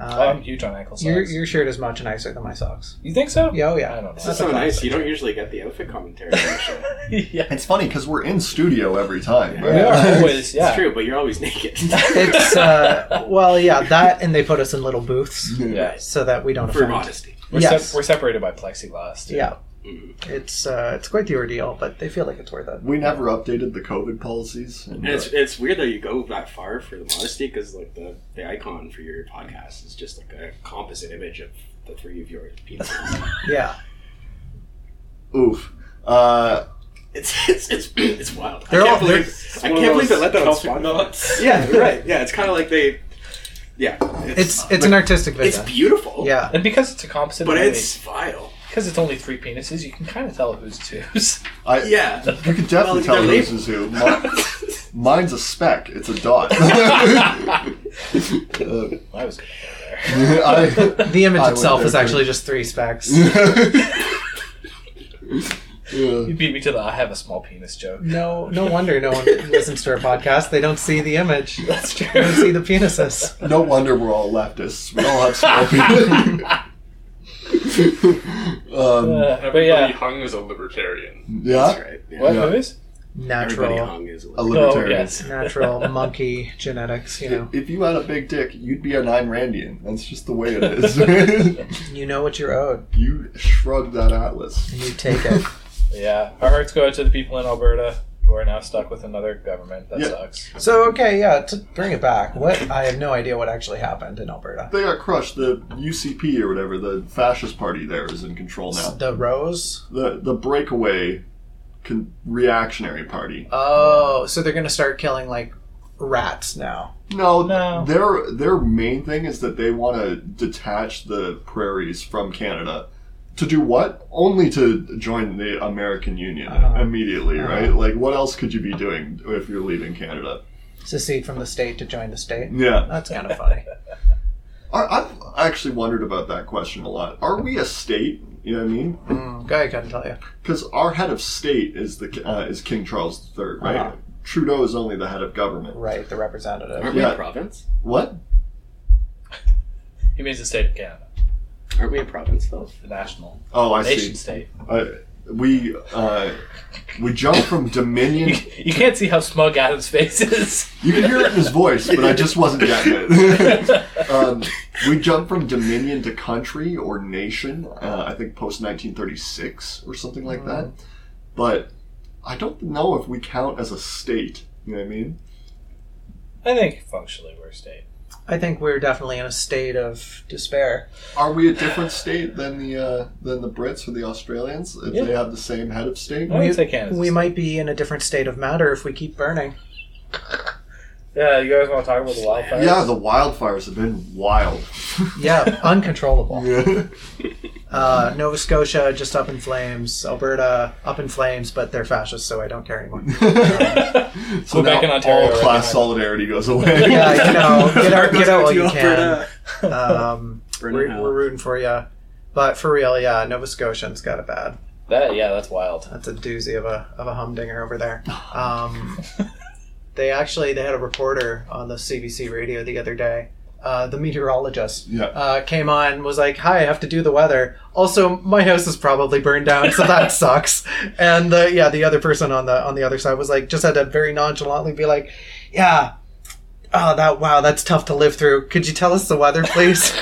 Speaker 1: Oh, I'm
Speaker 2: Um,
Speaker 1: huge on ankle socks.
Speaker 2: your, your shirt is much nicer than my socks.
Speaker 1: you think so?
Speaker 2: Yeah, oh yeah.
Speaker 1: I don't
Speaker 4: This
Speaker 1: know. *laughs*
Speaker 4: is so nice. You don't usually get the outfit commentary. on the show.
Speaker 1: yeah.
Speaker 3: It's funny because we're in studio every time, right?
Speaker 1: We are always, yeah.
Speaker 4: It's true, but you're always
Speaker 1: *laughs*
Speaker 4: naked.
Speaker 2: It's, uh, well, yeah, that and they put us in little booths
Speaker 1: Yeah.
Speaker 2: so that we
Speaker 4: *laughs*
Speaker 2: don't
Speaker 4: For
Speaker 2: offend.
Speaker 4: modesty.
Speaker 1: We're,
Speaker 2: Yes.
Speaker 1: sep- we're separated by plexiglass. Too.
Speaker 2: Yeah.
Speaker 4: Mhm.
Speaker 2: It's uh, it's quite the ordeal, but they feel like it's worth it.
Speaker 3: We never updated the COVID policies. And,
Speaker 4: And it's, it's weird that you go that far for the modesty because like the, the icon for your podcast is just like a composite image of the three of your
Speaker 1: *laughs*
Speaker 4: penises.
Speaker 2: Yeah.
Speaker 3: uh, oof. Uh,
Speaker 4: it's, it's it's *clears throat* it's wild.
Speaker 2: They're
Speaker 4: I can't
Speaker 2: all- they're-
Speaker 4: believe I can't believe they let that on Spotify. *laughs*
Speaker 5: nuts.
Speaker 4: Yeah, you're right. Yeah, it's kind of like they. Yeah,
Speaker 1: Uh,
Speaker 2: It's it's an artistic
Speaker 4: it's
Speaker 2: vision.
Speaker 4: beautiful.
Speaker 2: Yeah.
Speaker 1: And because it's a composite,
Speaker 4: but
Speaker 1: movie,
Speaker 4: it's vile.
Speaker 1: because it's only three penises, you can kind of tell who's twos. *laughs*
Speaker 3: I,
Speaker 4: *laughs* Yeah.
Speaker 3: You can
Speaker 4: Well,
Speaker 3: definitely tell
Speaker 4: they're
Speaker 3: who's is who. Mi- Mine's a speck. It's a dot. *laughs* Uh,
Speaker 1: I was going to go there.
Speaker 3: I- *laughs*
Speaker 2: The image
Speaker 3: I would
Speaker 2: itself is
Speaker 3: agree.
Speaker 2: actually just three
Speaker 3: *laughs*
Speaker 2: specs.
Speaker 3: Yeah.
Speaker 1: You beat me to the I have a small penis joke. *laughs*
Speaker 2: No, no wonder no one listens to our podcast. They don't see the image. They
Speaker 1: *laughs* That's true.
Speaker 2: don't see the penises.
Speaker 3: No wonder we're all leftists. We all have
Speaker 4: *laughs*
Speaker 3: small people. um,
Speaker 1: Uh, but
Speaker 5: Everybody
Speaker 1: yeah,
Speaker 5: hung is a libertarian.
Speaker 4: That's
Speaker 3: yeah,
Speaker 4: right. Yeah.
Speaker 1: what
Speaker 3: Yeah.
Speaker 1: movies?
Speaker 4: Everybody
Speaker 2: Natural,
Speaker 4: hung is a
Speaker 3: a
Speaker 4: little.
Speaker 1: Oh
Speaker 3: libertarian.
Speaker 1: yes, *laughs*
Speaker 2: natural monkey genetics. You know,
Speaker 3: If you had a big dick, you'd be a nine Randian. That's just
Speaker 4: *laughs*
Speaker 3: the way it is. *laughs*
Speaker 2: you know what you're owed,
Speaker 3: you shrug that atlas.
Speaker 2: and you take
Speaker 1: *laughs*
Speaker 2: it.
Speaker 1: yeah. Our hearts go out to the people in Alberta who are now stuck with another government. That
Speaker 3: Yeah.
Speaker 1: sucks.
Speaker 2: So okay, yeah. To bring it back, what I have no idea what actually happened in Alberta.
Speaker 3: *laughs* They got crushed. The UCP or whatever, the fascist party there is in control now.
Speaker 2: The rose.
Speaker 3: the the breakaway con- reactionary party.
Speaker 2: Oh, so they're gonna start killing like rats now.
Speaker 3: No,
Speaker 1: No.
Speaker 3: Their their main thing is that they want to detach the prairies from Canada. To do what? Only to join the American Union
Speaker 2: Uh-huh.
Speaker 3: immediately,
Speaker 2: Uh-huh.
Speaker 3: right? Like, what else could you be doing if you're leaving Canada?
Speaker 2: Secede from the state to join the state.
Speaker 3: Yeah,
Speaker 2: That's kind *laughs* of funny.
Speaker 3: Are, I've actually wondered about that question a lot. Are we a state? You know what I mean?
Speaker 2: Mm, guy couldn't tell you.
Speaker 3: Because our head of state is the uh, is King Charles III, right?
Speaker 2: Uh-huh.
Speaker 3: Trudeau is only the head of government.
Speaker 2: Right, the representative.
Speaker 4: Aren't we
Speaker 3: Yeah.
Speaker 4: a province?
Speaker 3: What?
Speaker 1: He means the state of Canada,
Speaker 4: Aren't we a province *laughs* though?
Speaker 1: the national
Speaker 3: Oh, I see.
Speaker 1: nation state. *laughs*
Speaker 3: Uh, we uh, we jump from
Speaker 1: You, *laughs*
Speaker 3: Dominion.
Speaker 1: you can't see how smug Adam's face is.
Speaker 3: You can hear it in his voice, but I just wasn't getting
Speaker 2: *laughs*
Speaker 3: it. um, we jump from Dominion to country or nation. Uh, I think post 1936 or something like that.
Speaker 2: Mm-hmm.
Speaker 3: But I don't know if we count as a state. You know what I mean?
Speaker 1: I think functionally we're a state.
Speaker 2: I think we're definitely in a state of despair.
Speaker 3: Are we a different state than the uh, than the Brits or the Australians if
Speaker 1: Yeah.
Speaker 3: they have the same head of state?
Speaker 2: Oh,
Speaker 1: I would say Canada's.
Speaker 2: We
Speaker 1: a
Speaker 2: might be in a different state of matter if we keep burning.
Speaker 1: state. Yeah, you guys want to talk about the wildfires?
Speaker 3: Yeah, the wildfires have been wild.
Speaker 2: Yeah, *laughs* uncontrollable.
Speaker 3: Yeah.
Speaker 2: Uh, Nova Scotia just up in flames. Alberta up in flames, but they're fascist, so I don't care anymore.
Speaker 3: *laughs* so
Speaker 1: We're back in Ontario
Speaker 3: all
Speaker 1: right
Speaker 3: class
Speaker 1: now.
Speaker 3: solidarity goes away.
Speaker 2: Yeah, you know,
Speaker 4: *laughs*
Speaker 3: *laughs*
Speaker 2: get out, get out while you
Speaker 4: Let's go to
Speaker 2: can.
Speaker 4: Alberta.
Speaker 2: Um,
Speaker 4: *laughs* Burn it
Speaker 2: we're,
Speaker 4: out.
Speaker 2: we're rooting for you. But for real, yeah, Nova Scotians got it bad.
Speaker 1: *laughs* That yeah, that's wild.
Speaker 2: That's a doozy of a of a humdinger over there.
Speaker 4: *laughs*
Speaker 2: Um, they actually they had a reporter on the CBC radio the other day. Uh, the meteorologist
Speaker 3: Yeah.
Speaker 2: uh, came on and was like, "Hi, I have to do the weather. Also, my house is probably burned down, so that sucks." And the yeah, the other person on the on the other side was like, just had to very nonchalantly be like, "Yeah, oh that wow, that's tough to live through. Could you tell us the weather, please?"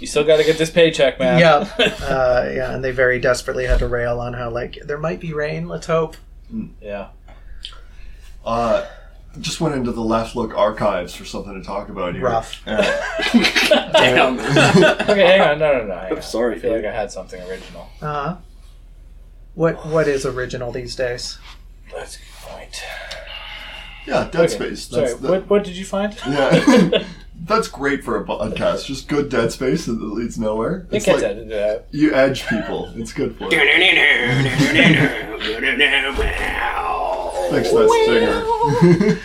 Speaker 1: You still got to get this paycheck, man.
Speaker 2: yeah, uh, yeah, and they very desperately had to rail on how like there might be rain. Let's hope.
Speaker 1: *laughs* yeah.
Speaker 3: Uh, just went into the Left Look archives for something to talk about here. Uh,
Speaker 2: Rough.
Speaker 1: *laughs*
Speaker 3: Yeah.
Speaker 4: Damn.
Speaker 1: Okay, hang on. No, no, no. hang on.
Speaker 4: sorry,
Speaker 1: I feel
Speaker 4: dude.
Speaker 1: like I had something original.
Speaker 2: Uh, what what is original these days?
Speaker 1: That's a good point.
Speaker 3: *laughs* yeah, Dead
Speaker 1: Okay,
Speaker 3: Space.
Speaker 1: Sorry,
Speaker 3: That's the,
Speaker 1: what, what did you find?
Speaker 3: *laughs* Yeah. *laughs* that's great for a podcast. Just good dead space that leads nowhere.
Speaker 1: It
Speaker 3: It's
Speaker 1: gets
Speaker 3: like
Speaker 1: edited out.
Speaker 3: you edge people. It's
Speaker 1: *laughs*
Speaker 3: good for it. Thanks, that singer.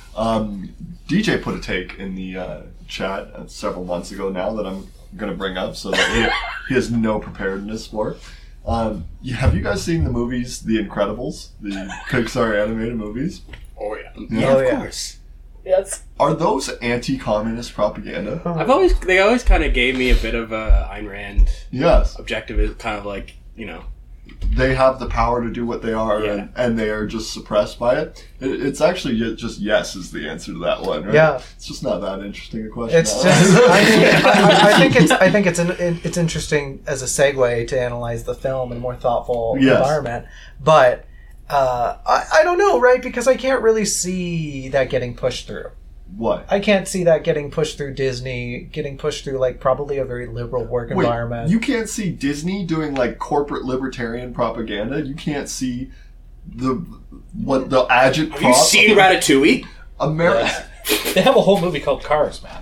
Speaker 3: *laughs* um, DJ put a take in the uh, chat uh, several months ago now that I'm going to bring up, so that he, he has no preparedness for. it. Um, you- have you guys seen the movies The Incredibles, the Pixar animated movies?
Speaker 5: Oh yeah.
Speaker 4: Yeah,
Speaker 2: Oh,
Speaker 4: of
Speaker 2: yeah.
Speaker 4: course.
Speaker 1: Yes.
Speaker 3: Are those anti-communist propaganda?
Speaker 4: I've always they always kind of gave me a bit of a Ayn Rand
Speaker 3: Yes,
Speaker 4: objective is kind of like you know
Speaker 3: they have the power to do what they are,
Speaker 4: Yeah.
Speaker 3: and, and they are just suppressed by it. it. It's actually ju- just yes is the answer to that one, right?
Speaker 2: Yeah.
Speaker 3: it's just not that interesting a question.
Speaker 2: It's just
Speaker 3: *laughs*
Speaker 2: I, I, I think it's I think it's an, it's interesting as a segue to analyze the film in a more thoughtful
Speaker 3: Yes.
Speaker 2: environment, but uh, I I don't know right because I can't really see that getting pushed through.
Speaker 3: what
Speaker 2: I can't see that getting pushed through Disney, getting pushed through like probably a very liberal work
Speaker 3: Wait,
Speaker 2: environment.
Speaker 3: You can't see Disney doing like corporate libertarian propaganda. You can't see the what the agit.
Speaker 4: have you seen Ratatouille?
Speaker 3: *laughs* America?
Speaker 1: They have a whole movie called Cars, man.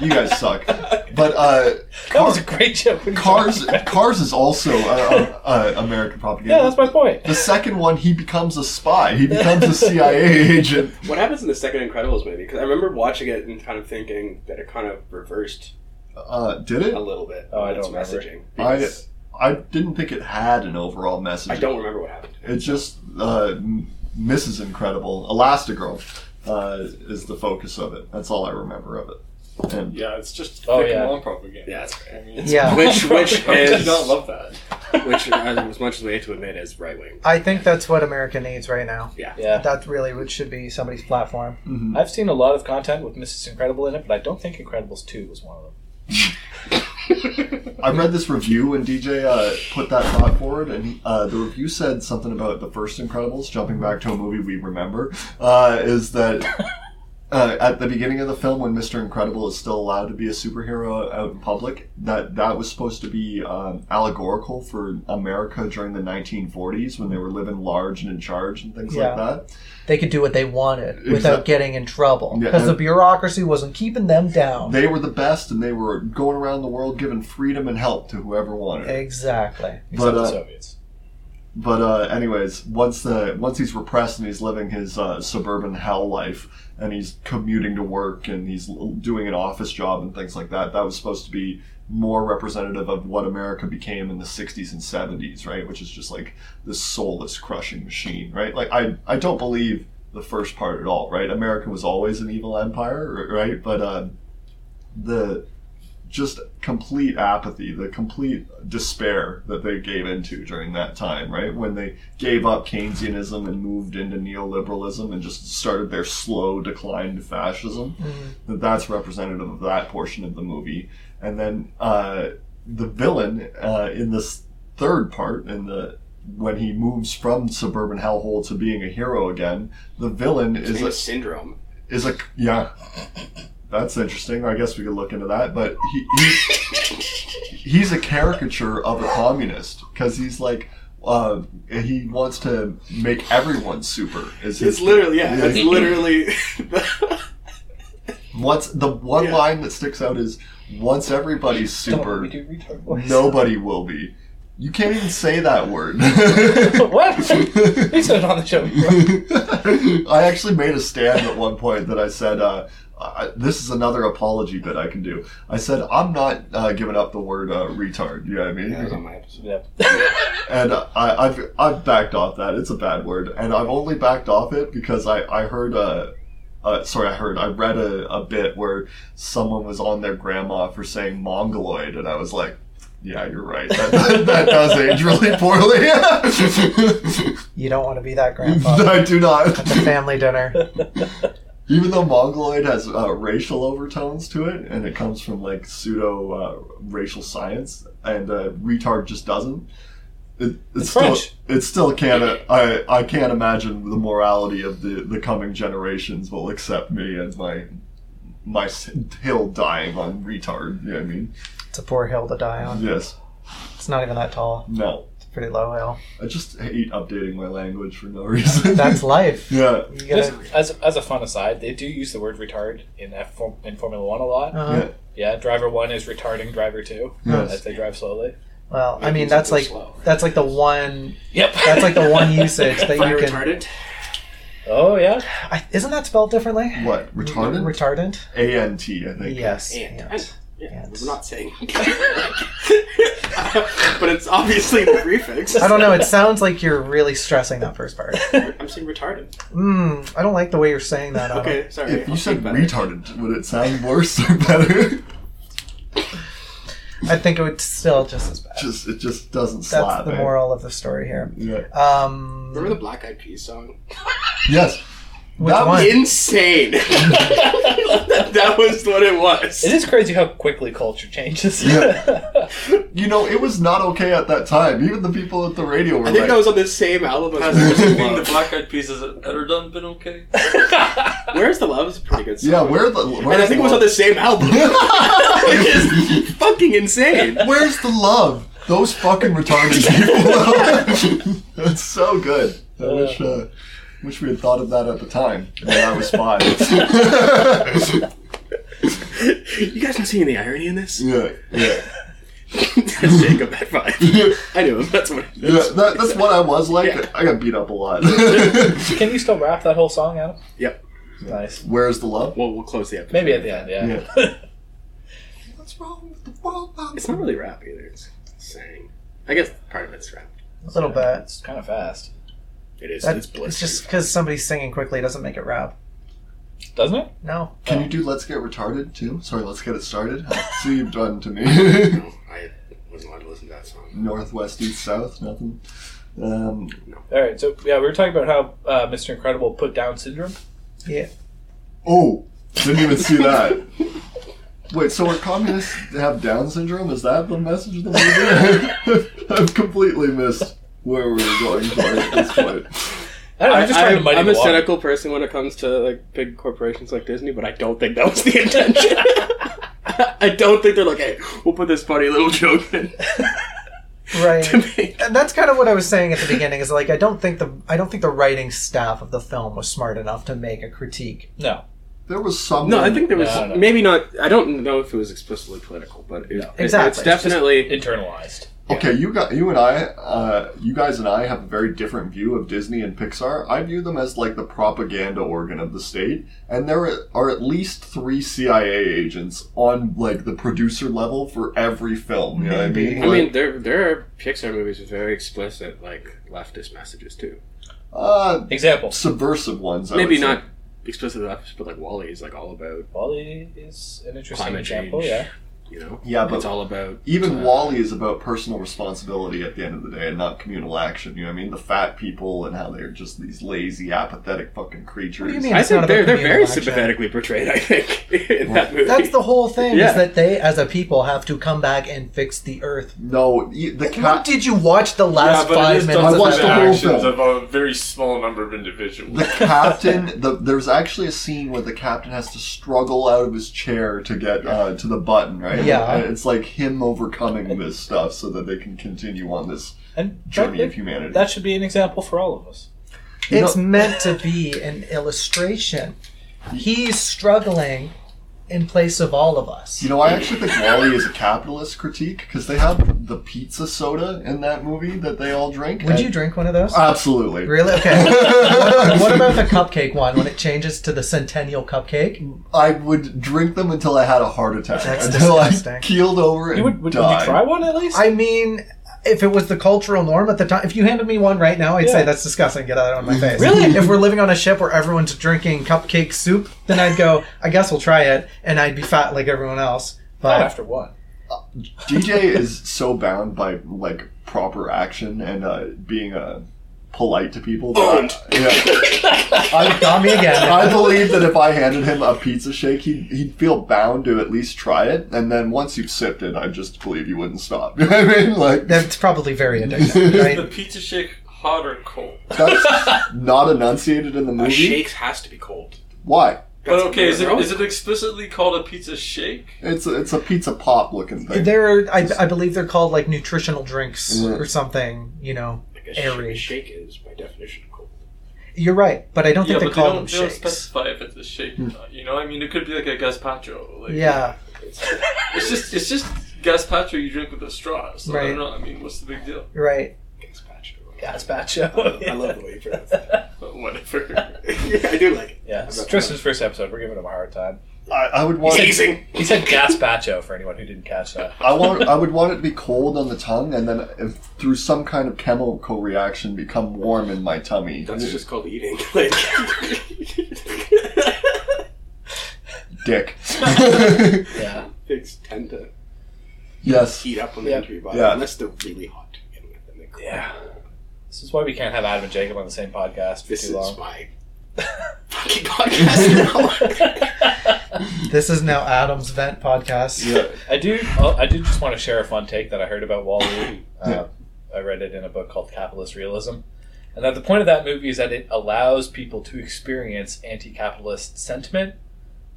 Speaker 3: you guys suck. But uh,
Speaker 1: That was a great joke. when you
Speaker 3: Cars
Speaker 1: talked about it.
Speaker 3: Cars is also uh, uh, uh, American propaganda.
Speaker 1: Yeah, that's my point.
Speaker 3: the second one, he becomes a spy. He becomes a CIA
Speaker 4: *laughs*
Speaker 3: agent.
Speaker 4: What happens in the second Incredibles movie? Because I remember watching it and kind of thinking that it kind of reversed
Speaker 3: Uh, did
Speaker 4: a
Speaker 3: it?
Speaker 4: little bit.
Speaker 1: Oh, I
Speaker 4: of its
Speaker 1: don't remember.
Speaker 4: messaging.
Speaker 3: I,
Speaker 4: because
Speaker 3: I didn't think it had an overall message.
Speaker 4: I don't remember what happened.
Speaker 3: It just uh, m- Mrs. Incredible, Elastigirl, uh, is the focus of it. That's all I remember of it. And
Speaker 5: Yeah, it's just
Speaker 1: Oh,
Speaker 5: thick
Speaker 1: yeah.
Speaker 5: and long propaganda.
Speaker 4: Yeah, that's right.
Speaker 5: I mean,
Speaker 2: Yeah.
Speaker 4: Which- which
Speaker 5: *laughs* I
Speaker 4: is-
Speaker 5: did not love that.
Speaker 4: Which, as much as we hate to admit, is right wing.
Speaker 2: I think that's what America needs right now.
Speaker 1: Yeah.
Speaker 2: That really would- should be somebody's platform.
Speaker 3: mhm.
Speaker 1: I've seen a lot of content with Mrs. Incredible in it, but I don't think Incredibles 2 was one of them.
Speaker 3: I read this review and DJ uh, put that thought forward, and uh, the review said something about the first Incredibles, jumping back to a movie we remember, uh, is that uh, at the beginning of the film, when Mister Incredible is still allowed to be a superhero out in public, that that was supposed to be um, allegorical for America during the 1940s when they were living large and in charge and things
Speaker 2: Yeah.
Speaker 3: like that.
Speaker 2: They could do what they wanted
Speaker 3: Exact-
Speaker 2: without getting in trouble
Speaker 3: Yeah,
Speaker 2: because the
Speaker 3: and-
Speaker 2: bureaucracy wasn't keeping them down.
Speaker 3: They were the best, and they were going around the world giving freedom and help to whoever wanted. it.
Speaker 2: exactly.
Speaker 1: Except
Speaker 3: But, uh,
Speaker 1: the Soviets.
Speaker 3: But uh, anyways, once the once he's repressed and he's living his uh, suburban hell life, and he's commuting to work and he's l- doing an office job and things like that, that was supposed to be more representative of what America became in the '60s and '70s, right? Which is just like this soulless, crushing machine, right? Like I I don't believe the first part at all, right? America was always an evil empire, r- right? But uh, the just complete apathy, the complete despair that they gave into during that time, right? When they gave up Keynesianism and moved into neoliberalism and just started their slow decline to fascism, that that's representative of that portion of the movie. And then uh, the villain uh, in this third part, in the when he moves from suburban hellhole to being a hero again, the villain
Speaker 4: His
Speaker 3: is
Speaker 4: name
Speaker 3: a,
Speaker 4: is Syndrome.
Speaker 3: is a yeah. That's interesting. I guess we could look into that. But he, he he's a caricature of a communist because he's like uh, he wants to make everyone super. Is his
Speaker 4: It's literally, yeah,
Speaker 3: Yeah.
Speaker 4: that's literally.
Speaker 3: once the one
Speaker 4: Yeah.
Speaker 3: line that sticks out is once everybody's
Speaker 1: Don't
Speaker 3: super,
Speaker 1: we do retard voice?
Speaker 3: nobody will be. You can't even say that word.
Speaker 1: *laughs*
Speaker 3: *laughs*
Speaker 1: what? He said it on the show. before.
Speaker 3: I actually made a stand at one point that I said, uh, I, "This is another apology bit I can do." I said, "I'm not uh, giving up the word uh, retard." You know what I mean?
Speaker 4: that was on my *laughs* episode.
Speaker 1: Yeah.
Speaker 3: And I, I've I've backed off that. It's a bad word, and I've only backed off it because I I heard uh Uh, sorry, I heard. I read a, a bit where someone was on their grandma for saying mongoloid, and I was like, "Yeah, you're right. That, that, does age really poorly." *laughs*
Speaker 2: You don't want to be that
Speaker 3: *laughs*
Speaker 2: grandpa.
Speaker 3: I do not.
Speaker 2: It's a family dinner.
Speaker 3: Even though Mongoloid has uh, racial overtones to it, and it comes from like pseudo uh, racial science, and uh, retard just doesn't. It, it's
Speaker 1: It's
Speaker 3: still,
Speaker 1: French.
Speaker 3: It still can't. uh, I I can't imagine the morality of the the coming generations will accept me and my my s- hill dying on retard. You know what I mean?
Speaker 2: It's a poor hill to die on.
Speaker 3: Yes.
Speaker 2: It's not even that tall.
Speaker 3: No.
Speaker 2: pretty low Al.
Speaker 3: I just hate updating my language for no reason.
Speaker 2: That's life.
Speaker 3: *laughs* yeah.
Speaker 2: You
Speaker 1: Just
Speaker 2: gotta,
Speaker 1: as, as a fun aside, they do use the word retard in F in Formula One a lot.
Speaker 2: uh,
Speaker 3: Yeah.
Speaker 1: Yeah, driver one is retarding driver two
Speaker 3: Yes.
Speaker 1: as they drive slowly.
Speaker 2: Well, I mean
Speaker 4: Maybe
Speaker 2: that's like
Speaker 4: it's a little slow, right?
Speaker 2: that's like the one.
Speaker 1: Yep,
Speaker 2: That's like
Speaker 1: *laughs*
Speaker 2: the
Speaker 3: *laughs*
Speaker 2: one usage that
Speaker 4: Fire
Speaker 2: you can.
Speaker 4: retardant.
Speaker 1: Oh yeah,
Speaker 2: I, isn't that spelled differently?
Speaker 3: What? Retardant?
Speaker 2: Retardant.
Speaker 3: A N T, I think.
Speaker 2: Yes.
Speaker 4: And,
Speaker 2: yeah.
Speaker 4: and- yeah,
Speaker 2: And.
Speaker 4: we're not saying. *laughs* but it's obviously the prefix.
Speaker 2: I don't know.
Speaker 4: *laughs*
Speaker 2: It sounds like you're really stressing that first part.
Speaker 4: I'm saying retardant.
Speaker 2: Mm, I don't like the way you're saying that. Otto.
Speaker 4: Okay, sorry.
Speaker 3: If
Speaker 4: I'll
Speaker 3: you said
Speaker 4: think about it.
Speaker 3: retardant, would it sound worse or
Speaker 4: *laughs*
Speaker 3: better?
Speaker 2: I think it would still just as bad.
Speaker 3: just it just doesn't
Speaker 2: That's
Speaker 3: slap.
Speaker 2: the
Speaker 3: eh?
Speaker 2: moral of the story here.
Speaker 3: Yeah.
Speaker 2: Um,
Speaker 4: Remember the Black Eyed Peas song?
Speaker 3: Yes.
Speaker 2: which
Speaker 3: that
Speaker 2: one?
Speaker 4: Insane. *laughs* that was what it was.
Speaker 1: it is crazy how quickly culture changes.
Speaker 3: Yeah. You know, it was not okay at that time. Even the people at the radio were
Speaker 4: I think
Speaker 3: like,
Speaker 4: that was on the same album. As
Speaker 5: Has
Speaker 1: *laughs*
Speaker 4: Where's, the
Speaker 5: anything the
Speaker 4: Love.
Speaker 5: Black Eyed Peas has ever done been okay?
Speaker 4: Where's the Love is a pretty good song.
Speaker 3: "Yeah, where the where's
Speaker 4: and I think it was on the same album.
Speaker 3: *laughs*
Speaker 4: Which is fucking insane.
Speaker 3: Where's the love? Those fucking retarded people. *laughs* That's so good. I wish, uh, wish we had thought of that at the time when I was
Speaker 4: *laughs*
Speaker 3: five.
Speaker 4: You guys not seeing the irony in this?
Speaker 3: yeah, *laughs* yeah.
Speaker 4: *laughs* that's Jacob at five.
Speaker 3: yeah *laughs*
Speaker 4: I knew him. That's what.
Speaker 3: that, that's what I was like.
Speaker 4: Yeah.
Speaker 3: I got beat up
Speaker 4: *laughs*
Speaker 3: a
Speaker 1: *laughs*
Speaker 3: lot.
Speaker 1: Can you still rap that whole song out?
Speaker 4: Yep.
Speaker 1: Nice.
Speaker 3: Where's the love?
Speaker 4: Well, we'll close the episode.
Speaker 1: Maybe at the end. Yeah. *laughs*
Speaker 3: What's wrong with the world? Bob?
Speaker 4: It's not really rap either. It's saying. I guess part of it's rap.
Speaker 2: A little bit.
Speaker 1: It's kind of fast,
Speaker 4: It is.
Speaker 2: That,
Speaker 4: it's
Speaker 2: it's
Speaker 4: bliss.
Speaker 2: just because somebody's singing quickly doesn't make it rap.
Speaker 1: doesn't it?
Speaker 2: No.
Speaker 3: Can you do Let's Get Retarded too? Sorry, Let's Get
Speaker 4: *laughs*
Speaker 3: It Started? See, you've done to me.
Speaker 4: No, I wasn't allowed to listen to that song.
Speaker 3: Northwest, East, South, nothing. Um,
Speaker 1: All right. So yeah, we were talking about how uh, Mr. Incredible put down syndrome.
Speaker 2: Yeah.
Speaker 3: oh, didn't even
Speaker 4: *laughs*
Speaker 3: see that. Wait, so are communists have Down syndrome? Is that the message of the movie? *laughs* I've completely missed where we were going for at this point.
Speaker 1: I don't know, I'm just trying to muddy
Speaker 4: I'm
Speaker 1: the
Speaker 4: a
Speaker 1: water.
Speaker 4: cynical person when it comes to like big corporations like Disney, but I don't think that was the *laughs* intention. I don't think they're like, hey, we'll put this funny little joke in *laughs*
Speaker 2: Right.
Speaker 4: to
Speaker 2: *laughs*
Speaker 4: make
Speaker 2: and that's kind of what I was saying at the beginning. Is like I don't think the I don't think the writing staff of the film was smart enough to make a critique.
Speaker 1: No.
Speaker 3: There was some.
Speaker 4: No, I think there was
Speaker 1: No, no.
Speaker 4: maybe not. I don't know if it was explicitly political, but it, it-
Speaker 2: Exactly.
Speaker 4: it's definitely
Speaker 1: Internalized.
Speaker 3: Okay, you got you and I, uh, you guys and I have a very different view of Disney and Pixar. I view them as like the propaganda organ of the state, and there are at least three CIA agents on like the producer level for every film. You know what I mean?
Speaker 4: I mean,
Speaker 3: Like,
Speaker 4: there there are Pixar movies with very explicit like leftist messages too.
Speaker 3: uh,
Speaker 1: Example.
Speaker 3: subversive ones. I
Speaker 4: Maybe
Speaker 3: would say.
Speaker 4: not explicit leftist, but like Wally is like all about
Speaker 1: Wally is an interesting
Speaker 4: climate
Speaker 1: example.
Speaker 4: change.
Speaker 1: Yeah.
Speaker 4: You know,
Speaker 3: Yeah, but
Speaker 4: it's all about
Speaker 3: Even
Speaker 4: uh,
Speaker 3: Wally is about personal responsibility at the end of the day and not communal action. You know what I mean? The fat people and how they're just these lazy, apathetic fucking creatures.
Speaker 2: mean?
Speaker 4: I
Speaker 2: It's
Speaker 4: think
Speaker 2: not
Speaker 4: they're
Speaker 2: about
Speaker 4: they're
Speaker 2: communal
Speaker 4: very
Speaker 2: action.
Speaker 4: sympathetically portrayed. I think in that movie.
Speaker 2: That's the whole thing.
Speaker 4: Yeah.
Speaker 2: Is that they as a people have to come back and fix the earth.
Speaker 3: No, y- the
Speaker 2: What
Speaker 3: cat.
Speaker 2: did you watch the last five minutes?
Speaker 3: I
Speaker 2: of
Speaker 3: watched
Speaker 2: that?
Speaker 3: the whole
Speaker 5: actions
Speaker 3: film.
Speaker 5: of a very small number of individuals.
Speaker 3: the captain the, there's actually a scene where the captain has to struggle out of his chair to get uh, to the button right
Speaker 2: Yeah.
Speaker 3: And it's like him overcoming this stuff so that they can continue on this
Speaker 1: And
Speaker 3: journey
Speaker 1: that,
Speaker 3: of humanity
Speaker 1: that should be an example for all of us.
Speaker 3: You
Speaker 2: It's
Speaker 3: know-
Speaker 2: meant to be an illustration. He's struggling in place of all of us.
Speaker 3: you know, I actually think Wally is a capitalist critique because they have the pizza soda in that movie that they all drink.
Speaker 2: Would
Speaker 3: and-
Speaker 2: you drink one of
Speaker 3: Uh,
Speaker 2: those?
Speaker 3: Absolutely. *laughs*
Speaker 2: Really? Okay. what, what about the cupcake one when it changes to the centennial cupcake?
Speaker 3: I would drink them until I had a heart attack.
Speaker 2: That's
Speaker 3: until I
Speaker 2: disgusting.
Speaker 3: keeled over and
Speaker 1: You would, would, would you
Speaker 3: died.
Speaker 1: try one at least?
Speaker 2: I mean, if it was the cultural norm at the time, if you handed me one right now, I'd
Speaker 1: Yeah.
Speaker 2: say that's disgusting. Get out of my face.
Speaker 1: Really?
Speaker 2: If we're living on a ship where everyone's drinking cupcake soup, then I'd go, I guess we'll try it, and I'd be fat like everyone else.
Speaker 1: Not
Speaker 2: But
Speaker 1: after one.
Speaker 3: DJ is so bound by like proper action and uh, being uh, polite to people. That, yeah.
Speaker 2: got
Speaker 3: I,
Speaker 2: me again.
Speaker 3: *laughs* I believe that if I handed him a pizza shake, he'd, he'd feel bound to at least try it. And then once you've sipped it, I just believe you wouldn't stop. *laughs* You know what I mean? Like,
Speaker 2: That's probably very addictive,
Speaker 5: the *laughs*
Speaker 2: right?
Speaker 5: pizza shake hot or cold?
Speaker 3: that's not enunciated in the
Speaker 4: Uh,
Speaker 3: movie.
Speaker 4: shakes has to be cold.
Speaker 3: Why?
Speaker 5: But
Speaker 4: That's
Speaker 5: okay, is it,
Speaker 4: wrong.
Speaker 5: is it explicitly called a pizza shake?
Speaker 3: It's a, it's a pizza pop looking thing.
Speaker 2: There are, I, I believe they're called like nutritional drinks
Speaker 3: Yeah.
Speaker 2: or something, you know.
Speaker 4: Like a, sh-
Speaker 2: Airy.
Speaker 4: a shake is by definition cold.
Speaker 2: You're right, but I don't think
Speaker 5: yeah,
Speaker 2: they
Speaker 5: but
Speaker 2: call
Speaker 5: they
Speaker 2: them
Speaker 5: don't, they don't
Speaker 2: shakes. Hmm.
Speaker 5: specify if it's a shake or not. You know, I mean, it could be like a gazpacho. Like,
Speaker 2: Yeah,
Speaker 5: It's just it's just gazpacho you drink with a straw. So I
Speaker 2: Right.
Speaker 5: don't know. I mean, what's the big deal?
Speaker 2: you're right.
Speaker 4: Gazpacho.
Speaker 1: Gazpacho.
Speaker 4: *laughs* I love the way you pronounce that.
Speaker 1: that.
Speaker 5: But *laughs* whatever.
Speaker 4: *laughs* yeah, I do like it.
Speaker 1: *laughs* Yeah, it's Tristan's first episode. We're giving him a hard time.
Speaker 3: I, I would
Speaker 4: He's
Speaker 3: want it,
Speaker 4: hazing.
Speaker 1: He said gazpacho for anyone who didn't catch that.
Speaker 3: I want I would want it to be cold on the tongue and then if, through some kind of chemical reaction become warm in my tummy.
Speaker 4: That's just called eating. *laughs* Like,
Speaker 3: dick. *laughs*
Speaker 1: Yeah.
Speaker 4: things tend to
Speaker 3: yes.
Speaker 4: heat up when they
Speaker 1: Yeah.
Speaker 4: enter your body,
Speaker 3: Yeah.
Speaker 4: unless they're really hot to begin with. And they cool.
Speaker 1: Yeah. This is why we can't have Adam and Jacob on the same podcast for
Speaker 4: This is
Speaker 1: too
Speaker 4: *laughs*
Speaker 1: long.
Speaker 4: my fucking podcast *laughs* now.
Speaker 1: *laughs*
Speaker 2: This is now Adam's vent podcast.
Speaker 3: Yeah.
Speaker 1: I do. oh, I do just want to share a fun take that I heard about Wall-E. Uh,
Speaker 3: Yeah.
Speaker 1: I read it in a book called Capitalist Realism, and that the point of that movie is that it allows people to experience anti-capitalist sentiment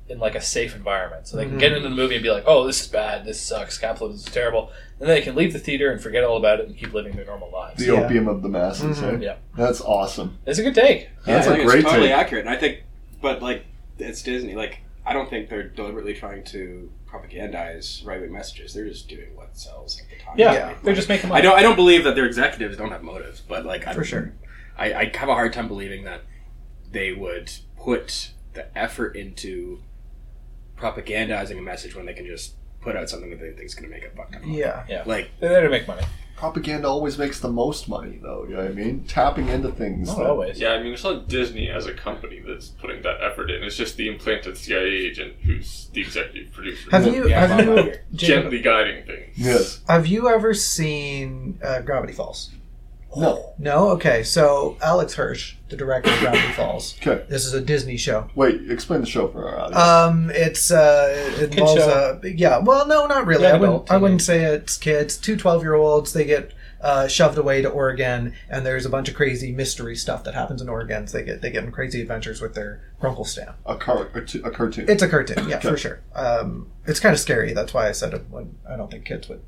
Speaker 1: in like a safe environment, so they can get into the movie and be like, "Oh, this is bad. This sucks. Capitalism is terrible," and they can leave the theater and forget all about it and keep living their normal lives.
Speaker 3: The
Speaker 2: Yeah.
Speaker 3: opium of the masses,
Speaker 2: Mhm.
Speaker 3: right?
Speaker 1: Yeah.
Speaker 3: That's awesome.
Speaker 1: It's a good take.
Speaker 3: That's
Speaker 4: I
Speaker 3: a
Speaker 4: think
Speaker 3: great
Speaker 4: it's totally
Speaker 3: take.
Speaker 4: accurate. And I think, but like, it's Disney. Like, I don't think they're deliberately trying to propagandize right wing messages. They're just doing what sells at the time.
Speaker 1: Yeah,
Speaker 2: Yeah.
Speaker 1: they're just making
Speaker 4: I
Speaker 1: money.
Speaker 4: don't. I don't believe that their executives don't have motives, but like, I
Speaker 2: For sure.
Speaker 4: I, I have a hard time believing that they would put the effort into propagandizing a message when they can just put out something that they think is going to make a buck.
Speaker 2: Yeah.
Speaker 4: Like,
Speaker 1: They're there to make money.
Speaker 3: Propaganda always makes the most money, though. You know what I mean? Tapping into things.
Speaker 1: Not
Speaker 3: that-
Speaker 1: always.
Speaker 5: Yeah, I mean, it's not Disney as a company that's putting that effort in. It's just the implanted CIA agent who's the executive producer,
Speaker 2: Have you?
Speaker 4: Yeah,
Speaker 2: have
Speaker 4: I'm out
Speaker 2: you?
Speaker 4: here.
Speaker 2: Jacob,
Speaker 5: gently guiding things.
Speaker 3: Yes.
Speaker 2: have you ever seen uh, Gravity Falls?
Speaker 3: No.
Speaker 2: No. Okay. So Alex Hirsch, the director of Gravity Falls.
Speaker 3: Okay.
Speaker 2: This is a Disney show.
Speaker 3: Wait, explain the show for our audience.
Speaker 2: Um, it's uh, it involves
Speaker 1: show.
Speaker 2: a yeah. Well, no, not really.
Speaker 1: Yeah,
Speaker 2: I wouldn't.
Speaker 1: adult,
Speaker 2: I wouldn't say it's kids. Two 12 year olds. They get uh, shoved away to Oregon, and there's a bunch of crazy mystery stuff that happens in Oregon. So they get they get in crazy adventures with their Grunkle Stan.
Speaker 3: a, car- a, t- a cartoon.
Speaker 2: It's a cartoon, yeah,
Speaker 3: Okay.
Speaker 2: for sure. Um, it's kind of scary. That's why I said it when I don't think kids would.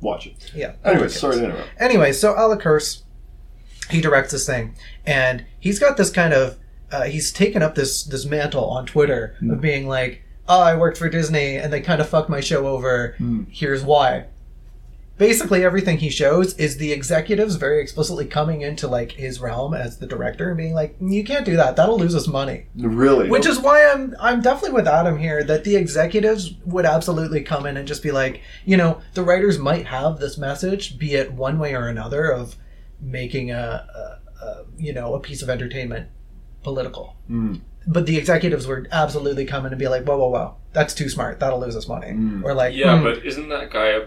Speaker 3: Watch it.
Speaker 2: Yeah.
Speaker 3: Anyway,
Speaker 2: Okay.
Speaker 3: sorry to interrupt.
Speaker 2: Anyway, so Alec Curse, he directs this thing, and he's got this kind of uh, he's taken up this this mantle on Twitter
Speaker 3: Hmm.
Speaker 2: of being like, "Oh, I worked for Disney, and they kind of fucked my show over.
Speaker 3: Hmm.
Speaker 2: Here's why." Basically, everything he shows is the executives very explicitly coming into like his realm as the director and being like, "You can't do that. That'll lose us money."
Speaker 3: Really?
Speaker 2: Which is why I'm I'm definitely with Adam here that the executives would absolutely come in and just be like, you know, the writers might have this message, be it one way or another, of making a, a, a you know a piece of entertainment political.
Speaker 3: Mm.
Speaker 2: But the executives would absolutely come in and be like, whoa, whoa, whoa, that's too smart. That'll lose us money.
Speaker 3: Mm.
Speaker 2: Or like,
Speaker 5: Yeah,
Speaker 2: "Hmm,
Speaker 5: but isn't that guy a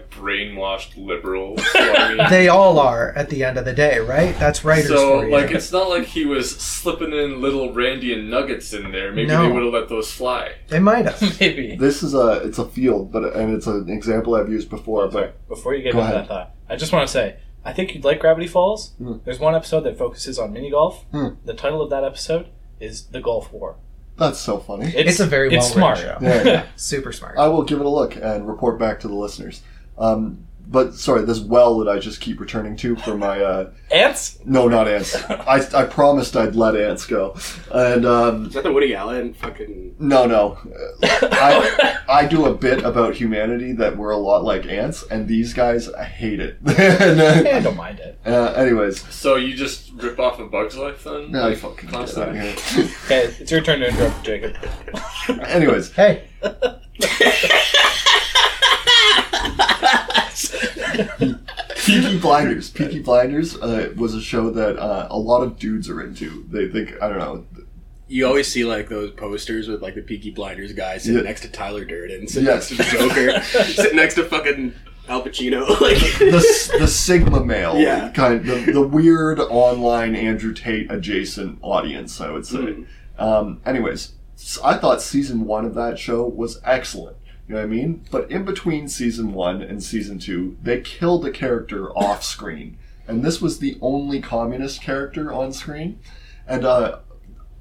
Speaker 2: *laughs*
Speaker 5: brainwashed liberal? So, I mean,
Speaker 2: they all are at the end of the day, right? That's writers
Speaker 5: so
Speaker 2: for you.
Speaker 5: like, it's not like he was slipping in little Randian nuggets in there. Maybe
Speaker 2: No.
Speaker 5: they would have let those fly.
Speaker 2: they might have.
Speaker 1: *laughs*
Speaker 5: *laughs*
Speaker 1: Maybe.
Speaker 3: This is a it's a field, but and it's an example I've used before. But
Speaker 1: Before you get
Speaker 3: Go
Speaker 1: into
Speaker 3: ahead.
Speaker 1: that thought, I just want to say I think you'd like Gravity Falls.
Speaker 3: Mm.
Speaker 1: There's one episode that focuses on mini golf.
Speaker 3: Mm.
Speaker 1: The title of that episode is The Golf War.
Speaker 3: that's so funny.
Speaker 2: It's, a very well
Speaker 1: it's smart.
Speaker 2: show.
Speaker 3: Yeah, yeah.
Speaker 2: Super smart.
Speaker 3: I will give it a look and report back to the listeners. Um, but sorry, this well that I just keep returning to for my uh,
Speaker 1: *laughs* Ants?
Speaker 3: no, not ants. I, I promised I'd let ants go, and um,
Speaker 4: is that the Woody Allen fucking?
Speaker 3: no, no, I I do a bit about humanity that we're a lot like ants, and these guys hate it. *laughs* and,
Speaker 1: Eh, I
Speaker 3: uh,
Speaker 1: don't mind it.
Speaker 3: uh, anyways,
Speaker 5: So you just rip off a Bug's Life then?
Speaker 3: I fucking get out of here.
Speaker 1: Okay, it's your turn to interrupt, Jacob.
Speaker 3: *laughs* anyways,
Speaker 2: hey,
Speaker 3: Peaky Blinders. Peaky Blinders uh, was a show that uh, a lot of dudes are into. They think I don't know.
Speaker 4: You always see like those posters with like the Peaky Blinders guy sitting
Speaker 3: Yeah.
Speaker 4: next to Tyler Durden, sitting
Speaker 3: Yes.
Speaker 4: next to the
Speaker 3: *laughs*
Speaker 4: Joker, sitting next to fucking Al Pacino. *laughs* Like,
Speaker 3: The, s- the Sigma male
Speaker 4: Yeah.
Speaker 3: kind, the, the weird online Andrew Tate adjacent audience, I would say. Um, anyways, s- I thought season one of that show was excellent. You know what I mean? But in between season one and season two, they killed a character off screen, and this was the only communist character on screen. And uh,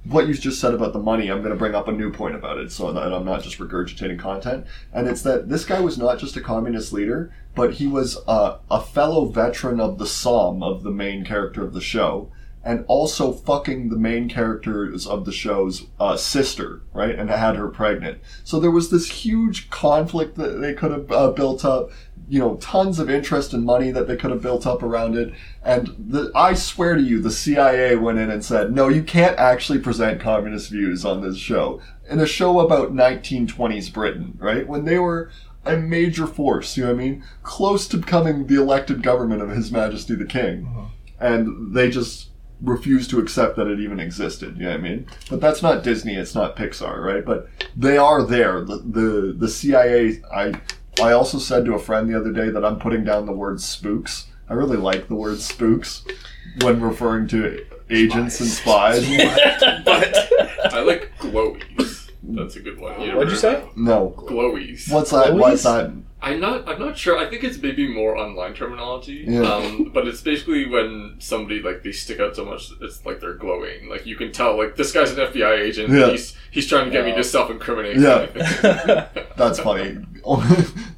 Speaker 3: what you just said about the money, I'm going to bring up a new point about it, so that I'm not just regurgitating content. And it's that this guy was not just a communist leader, but he was uh, a fellow veteran of the Somme of the main character of the show, and also fucking the main characters of the show's uh, sister, right, and had her pregnant. So there was this huge conflict that they could have uh, built up. You know, tons of interest and money that they could have built up around it. And the, I swear to you, the CIA went in and said, no, you can't actually present communist views on this show. In a show about 1920s Britain, right? When they were a major force, you know what I mean? Close to becoming the elected government of His Majesty the King. And they just refused to accept that it even existed, you know what I mean? But that's not Disney, it's not Pixar, right? But they are there. The the, the CIA I I also said to a friend the other day that I'm putting down the word spooks. I really like the word spooks when referring to agents and spies.
Speaker 5: But I like glowies. That's a good one. You
Speaker 1: What'd
Speaker 4: *laughs*
Speaker 1: you
Speaker 5: ever-
Speaker 1: say?
Speaker 3: No.
Speaker 5: Glowies.
Speaker 3: What's that? What's
Speaker 2: Always?
Speaker 3: that?
Speaker 5: I'm not. I'm not sure. I think it's maybe more online terminology.
Speaker 3: Yeah.
Speaker 5: Um, but it's basically when somebody like they stick out so much, it's like they're glowing. Like you can tell. Like this guy's an FBI agent.
Speaker 3: Yeah.
Speaker 5: He's he's trying to get me
Speaker 1: Yeah.
Speaker 5: to self-incriminate.
Speaker 3: Yeah. *laughs* That's
Speaker 5: That's
Speaker 3: funny. *laughs*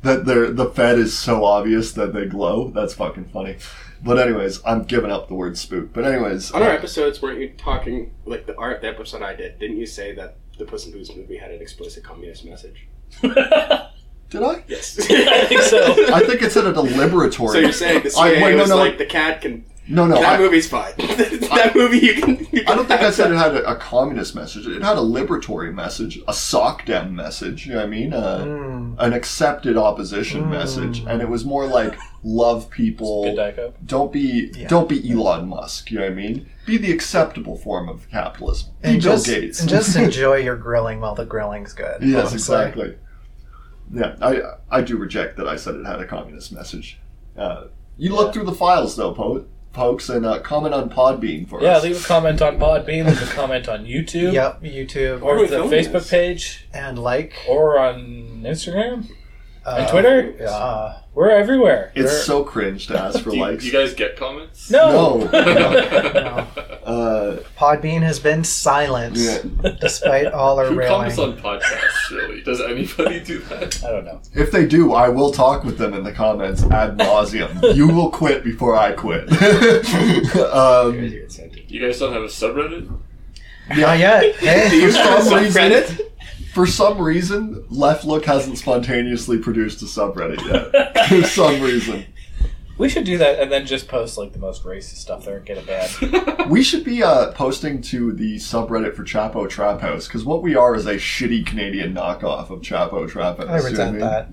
Speaker 3: that they're, the Fed is so obvious that they glow. That's fucking funny. But anyways, I'm giving up the word spook. But anyways,
Speaker 4: On our episodes, weren't you talking like the art the episode I did? Didn't you say that the Puss in Boots movie had an explicit communist message?
Speaker 1: I
Speaker 3: did I?
Speaker 4: Yes, *laughs*
Speaker 1: think so.
Speaker 3: I think it's in a deliberatory.
Speaker 4: So you're saying the
Speaker 3: I-
Speaker 4: CIA
Speaker 3: wait, no,
Speaker 4: was
Speaker 3: no.
Speaker 4: like the cat can
Speaker 3: no, no.
Speaker 4: that
Speaker 3: I,
Speaker 4: movie's fine. *laughs* that movie you can. You can
Speaker 3: I don't think I
Speaker 4: have
Speaker 3: said
Speaker 4: that.
Speaker 3: it had a, a communist message. It had a liberatory message, a sock down message. You know what I mean? Uh,
Speaker 2: Mm.
Speaker 3: An accepted opposition message, and it was more like love people.
Speaker 1: Good Dyko.
Speaker 3: Don't be
Speaker 2: Yeah.
Speaker 3: don't be Elon Musk. You know what I mean? Be the acceptable form of capitalism. Be
Speaker 2: And
Speaker 3: Bill
Speaker 2: just,
Speaker 3: Gates.
Speaker 2: and
Speaker 3: *laughs*
Speaker 2: just enjoy your grilling while the grilling's good.
Speaker 3: Yes,
Speaker 2: I'm sorry.
Speaker 3: exactly. Yeah, I I do reject that I said it had a communist message. Uh, you look through the files though, po- folks, and uh, comment on Podbean for
Speaker 1: Yeah,
Speaker 3: us.
Speaker 1: leave a comment on Podbean, leave a comment on YouTube,
Speaker 2: Yep, YouTube
Speaker 1: or
Speaker 4: Where are we
Speaker 1: the
Speaker 4: filming
Speaker 1: Facebook
Speaker 4: this?
Speaker 1: page,
Speaker 2: and like
Speaker 1: or on Instagram
Speaker 2: uh,
Speaker 1: and Twitter.
Speaker 2: Uh,
Speaker 1: We're everywhere.
Speaker 3: it's
Speaker 1: We're-
Speaker 3: so cringe to ask for
Speaker 5: Do *laughs* you,
Speaker 3: likes.
Speaker 5: do you guys get comments?
Speaker 1: no.
Speaker 3: *laughs* No,
Speaker 5: *laughs*
Speaker 3: no.
Speaker 2: no.
Speaker 3: uh,
Speaker 2: Podbean has been silent
Speaker 3: yeah. *laughs*
Speaker 2: despite all our
Speaker 5: Who comments
Speaker 2: railing.
Speaker 5: on podcasts? Really? Does anybody do that?
Speaker 1: I don't know.
Speaker 3: If they do, I will talk with them in the comments ad nauseum. you will quit before I quit. *laughs* um,
Speaker 4: Crazy incentive.
Speaker 5: You guys don't have a subreddit? *laughs*
Speaker 2: Not yet. *laughs*
Speaker 3: Do you
Speaker 2: Hey,
Speaker 3: still-
Speaker 4: Some
Speaker 3: reason-
Speaker 4: credit?
Speaker 3: for some reason, Left Look hasn't spontaneously produced a subreddit yet. for some reason.
Speaker 1: We should do that and then just post like the most racist stuff there and get a ban.
Speaker 3: We should be uh, posting to the subreddit for Chapo Trap House because what we are is a shitty Canadian knockoff of Chapo Trap House.
Speaker 2: I
Speaker 3: you know what
Speaker 2: resent
Speaker 3: mean?
Speaker 2: that.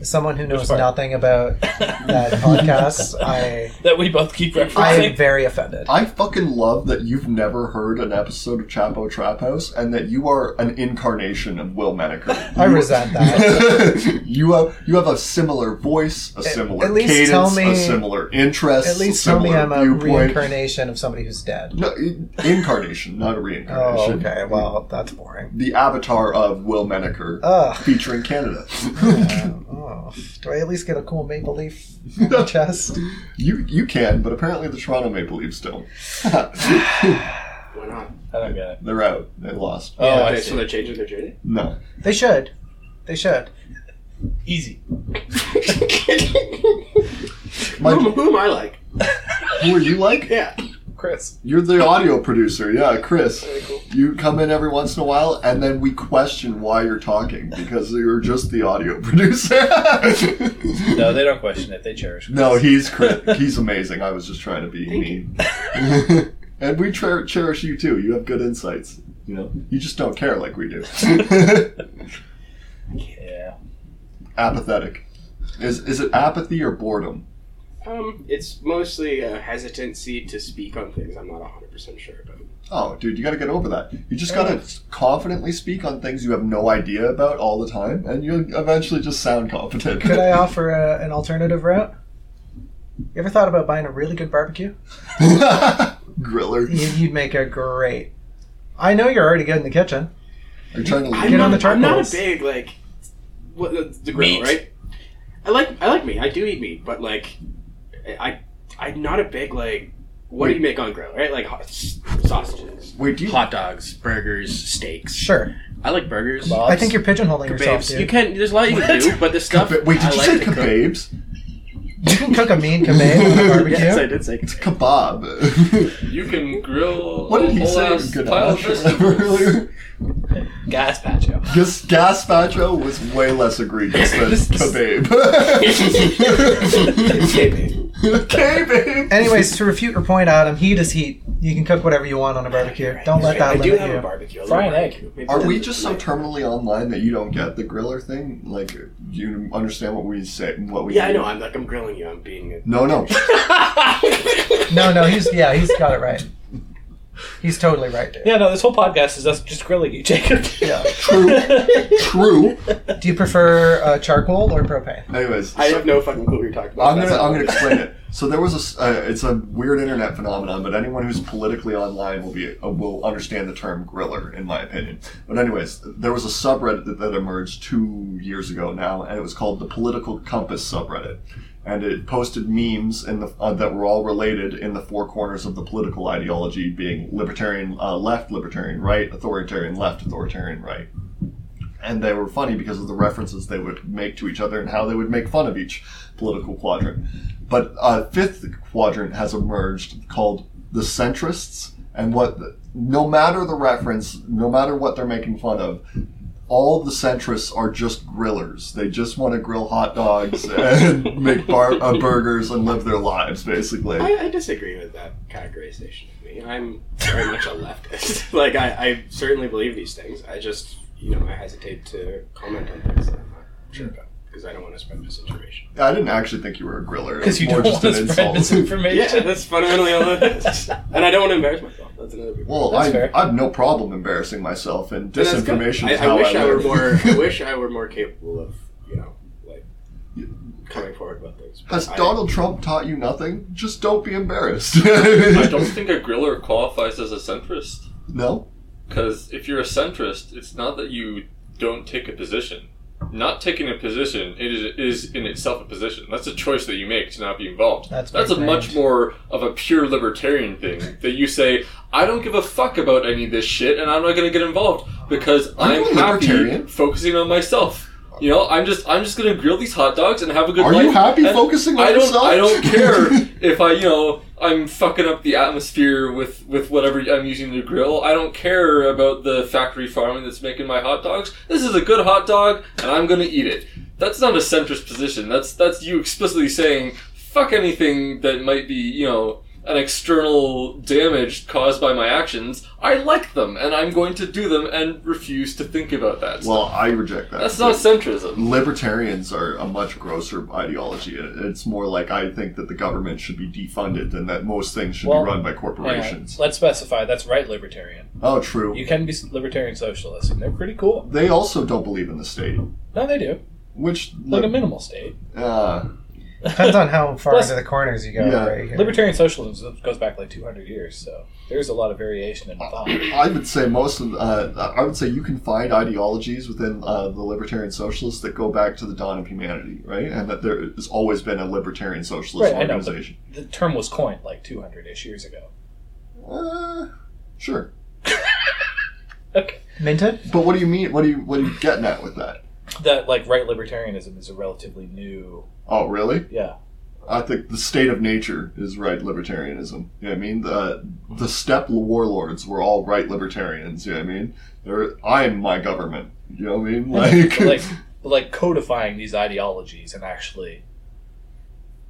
Speaker 2: As Someone who knows
Speaker 1: part?
Speaker 2: nothing about that podcast, I
Speaker 1: that we both keep
Speaker 2: I am
Speaker 1: referencing.
Speaker 2: very offended.
Speaker 3: I fucking love that you've never heard an episode of Chapo Trap House and that you are an incarnation of Will Menaker.
Speaker 2: I resent that.
Speaker 3: *laughs* you have you have a similar voice, a similar
Speaker 2: at least
Speaker 3: cadence,
Speaker 2: tell me-
Speaker 3: a similar interest,
Speaker 2: At least
Speaker 3: a
Speaker 2: tell me
Speaker 3: similar
Speaker 2: I'm a
Speaker 3: viewpoint.
Speaker 2: reincarnation of somebody who's dead.
Speaker 3: no, i- incarnation, not a
Speaker 2: Oh,
Speaker 3: reincarnation.
Speaker 2: okay. Well, that's boring.
Speaker 3: The avatar of Will Menaker,
Speaker 2: Ugh. *laughs*
Speaker 3: featuring Canada.
Speaker 2: Oh, do I at least get a cool maple leaf on
Speaker 3: *laughs*
Speaker 2: my chest?
Speaker 3: You you can, but apparently the Toronto Maple Leafs don't. *laughs*
Speaker 4: Why not?
Speaker 1: I don't get it.
Speaker 3: They're out. They lost.
Speaker 1: Oh,
Speaker 4: Yeah,
Speaker 1: I
Speaker 4: they-
Speaker 1: see.
Speaker 4: so they're changing their journey.
Speaker 3: No.
Speaker 2: They should. They should.
Speaker 1: Easy.
Speaker 3: My,
Speaker 4: who, who am I like?
Speaker 3: who are you like?
Speaker 4: Yeah.
Speaker 1: Chris.
Speaker 3: You're the audio producer. Yeah, Chris. You come in every once in a while, and then we question why you're talking because you're just the audio *laughs* producer.
Speaker 1: No, they don't question it. They cherish.
Speaker 3: No, he's cri- he's amazing. I was just trying to be mean. *laughs* and we cher- cherish you too. You have good insights. You know, you just don't care like we do.
Speaker 1: Yeah.
Speaker 3: Apathetic. Is is it apathy or boredom?
Speaker 4: Um, it's mostly a hesitancy to speak on things I'm not 100% sure about.
Speaker 3: Oh, dude, you got to get over that. You just got to confidently speak on things you have no idea about all the time, and you'll eventually just sound competent.
Speaker 2: Could
Speaker 3: *laughs*
Speaker 2: I offer a, an alternative route? You ever thought about buying a really good barbecue?
Speaker 3: Griller.
Speaker 2: You, you'd make a great. I know you're already good in the kitchen.
Speaker 3: Are you trying to
Speaker 4: I'm
Speaker 3: leave?
Speaker 2: Get on
Speaker 4: not-
Speaker 2: the
Speaker 4: I'm not
Speaker 2: charcoals.
Speaker 4: a big like what the, the grill,
Speaker 1: Meat.
Speaker 4: right? I like I like meat. I do eat meat, but like I I'm not a big like What do you make on grill, right? Like hot, sausages,
Speaker 3: Wait, do you?
Speaker 4: hot dogs, burgers, steaks.
Speaker 2: Sure.
Speaker 4: I like burgers.
Speaker 1: Kebabs.
Speaker 2: I think you're pigeonholing yourself,
Speaker 4: Kebabs.
Speaker 2: dude.
Speaker 4: You can. There's a lot you can do, but the stuff.
Speaker 3: Keba- wait, did
Speaker 4: I
Speaker 3: you
Speaker 4: like
Speaker 3: say
Speaker 4: to cook-
Speaker 3: kebabs?
Speaker 2: You can cook
Speaker 4: *laughs*
Speaker 2: a mean kebab on the barbecue.
Speaker 4: Yes, I did *laughs* say.
Speaker 3: It's kebab. *laughs*
Speaker 5: You can grill
Speaker 3: what
Speaker 5: a
Speaker 3: did he
Speaker 5: whole
Speaker 3: say?
Speaker 5: ass pile of
Speaker 3: Ganache *laughs*
Speaker 5: vegetables.
Speaker 3: earlier.
Speaker 1: Gazpacho.
Speaker 3: Gas gazpacho was way less egregious than
Speaker 1: This- this-
Speaker 2: *laughs*
Speaker 3: kebab. *laughs*
Speaker 1: Kebab.
Speaker 3: Kebab.
Speaker 2: Anyways, to refute your point, Adam, heat is heat. You can cook whatever you want on a barbecue. Don't let
Speaker 4: I
Speaker 2: that
Speaker 4: do
Speaker 2: limit
Speaker 4: have
Speaker 2: you.
Speaker 4: a barbecue. I love
Speaker 1: Fry an
Speaker 4: barbecue. Maybe
Speaker 3: Are
Speaker 4: that's
Speaker 3: we
Speaker 4: it.
Speaker 3: just so terminally online that you don't get the griller thing? Like, do you understand what we say? What we?
Speaker 4: Yeah, I
Speaker 3: do?
Speaker 4: know. I'm like I'm grilling you. I'm being. A, *laughs*
Speaker 3: No, no.
Speaker 2: no, no, he's yeah, he's got it right. He's totally right, dude.
Speaker 1: Yeah, no, this whole podcast is us just grilling you, Jacob. *laughs*
Speaker 2: Yeah.
Speaker 3: True. True.
Speaker 2: Do you prefer uh, charcoal or propane?
Speaker 3: Anyways,
Speaker 4: I
Speaker 3: so-
Speaker 4: have no fucking clue what you're talking about.
Speaker 3: I'm gonna
Speaker 4: That's
Speaker 3: I'm
Speaker 4: all.
Speaker 3: gonna explain it. So there was a s- uh, it's a weird internet phenomenon, but anyone who's politically online will be uh, will understand the term griller, in my opinion. But anyways, there was a subreddit that, that emerged two years ago now, and it was called the Political Compass subreddit, and it posted memes in the uh, that were all related in the four corners of the political ideology, being libertarian uh, left, libertarian right, authoritarian left, authoritarian right and they were funny because of the references they would make to each other and how they would make fun of each political quadrant. But a fifth quadrant has emerged called the centrists, and what no matter the reference, no matter what they're making fun of, all the centrists are just grillers. They just want to grill hot dogs *laughs* and make bar- uh, burgers and live their lives, basically.
Speaker 4: I, I disagree with that categorization of me. I'm very much a leftist. *laughs* like I, I certainly believe these things. I just you know I hesitate to comment on things that I'm not sure
Speaker 3: Hmm.
Speaker 4: about because I don't want to spread misinformation.
Speaker 3: I didn't actually think you were a griller. It
Speaker 1: Because
Speaker 3: was
Speaker 1: you
Speaker 3: more
Speaker 1: don't want
Speaker 3: just
Speaker 1: to
Speaker 3: an
Speaker 1: spread
Speaker 3: insult.
Speaker 4: Yeah,
Speaker 1: misinformation.
Speaker 4: that's fundamentally all it *laughs* is. And I don't want to embarrass myself. That's another big
Speaker 3: Well,
Speaker 1: That's
Speaker 3: I,
Speaker 1: fair.
Speaker 3: I have no problem embarrassing myself, and
Speaker 4: And that's good.
Speaker 3: disinformation
Speaker 4: I,
Speaker 3: is how
Speaker 4: I wish I, were
Speaker 3: live.
Speaker 4: more.
Speaker 3: *laughs*
Speaker 4: I wish I were more capable of you know like coming forward about things. but
Speaker 3: Has
Speaker 4: I-
Speaker 3: Donald Trump taught you nothing? Just don't be embarrassed. *laughs*
Speaker 5: I don't think a griller qualifies as a centrist.
Speaker 3: No?
Speaker 5: Because if you're a centrist, it's not that you don't take a position. Not taking a position it is, is in itself a position. That's a choice that you make to not be involved.
Speaker 2: That's
Speaker 5: That's a
Speaker 2: pretty
Speaker 5: much
Speaker 2: grand.
Speaker 5: more of a pure libertarian thing that you say, I don't give a fuck about any of this shit and I'm not going to get involved because
Speaker 3: Are you
Speaker 5: I'm
Speaker 3: a
Speaker 5: happy
Speaker 3: libertarian?
Speaker 5: focusing on myself. You know, I'm just I'm just going to grill these hot dogs and have a good
Speaker 3: Are
Speaker 5: life.
Speaker 3: you happy
Speaker 5: and-
Speaker 3: focusing on
Speaker 5: I don't,
Speaker 3: yourself?
Speaker 5: I
Speaker 3: *laughs*
Speaker 5: don't care if I, you know, I'm fucking up the atmosphere with, with whatever I'm using to grill. I don't care about the factory farming that's making my hot dogs. This is a good hot dog, and I'm gonna eat it. That's not a centrist position. That's that's you explicitly saying fuck anything that might be, you know, an external damage caused by my actions. I like them, and I'm going to do them, and refuse to think about that.
Speaker 3: well, I reject that.
Speaker 5: that's not centrism.
Speaker 3: Libertarians are a much grosser ideology. It- It's more like I think that the government should be defunded and that most things should
Speaker 1: Well,
Speaker 3: be run by
Speaker 1: Hang on,
Speaker 3: corporations.
Speaker 1: Let's specify that's right libertarian.
Speaker 3: Oh, true.
Speaker 1: You can be libertarian socialist, and they're pretty cool.
Speaker 3: they also don't believe in the state,
Speaker 1: No, they do.
Speaker 3: which
Speaker 1: Like a minimal state.
Speaker 3: uh,
Speaker 2: Depends on how far
Speaker 1: Plus-
Speaker 2: into the corners you go,
Speaker 3: Yeah.
Speaker 2: right? Here.
Speaker 1: Libertarian socialism goes back like 200 years, so there's a lot of variation in thought.
Speaker 3: Uh, I would say most of uh, I would say you can find ideologies within uh, the libertarian socialists that go back to the dawn of humanity, right? And that there has always been a libertarian socialist
Speaker 1: Right, I know, but-
Speaker 3: organization.
Speaker 1: The term was coined like 200 ish years ago.
Speaker 3: Uh, sure,
Speaker 1: Okay.
Speaker 2: Minted?
Speaker 3: but what do you mean? What do you what are you getting at with that?
Speaker 1: That like right libertarianism is a relatively new.
Speaker 3: Oh, really?
Speaker 1: Yeah.
Speaker 3: I think the state of nature is right libertarianism. You know what I mean? The the steppe warlords were all right libertarians. You know what I mean? They're I'm my government. You know what I mean? Like,
Speaker 1: But, *laughs*
Speaker 3: *laughs*
Speaker 1: like, but, like codifying these ideologies and actually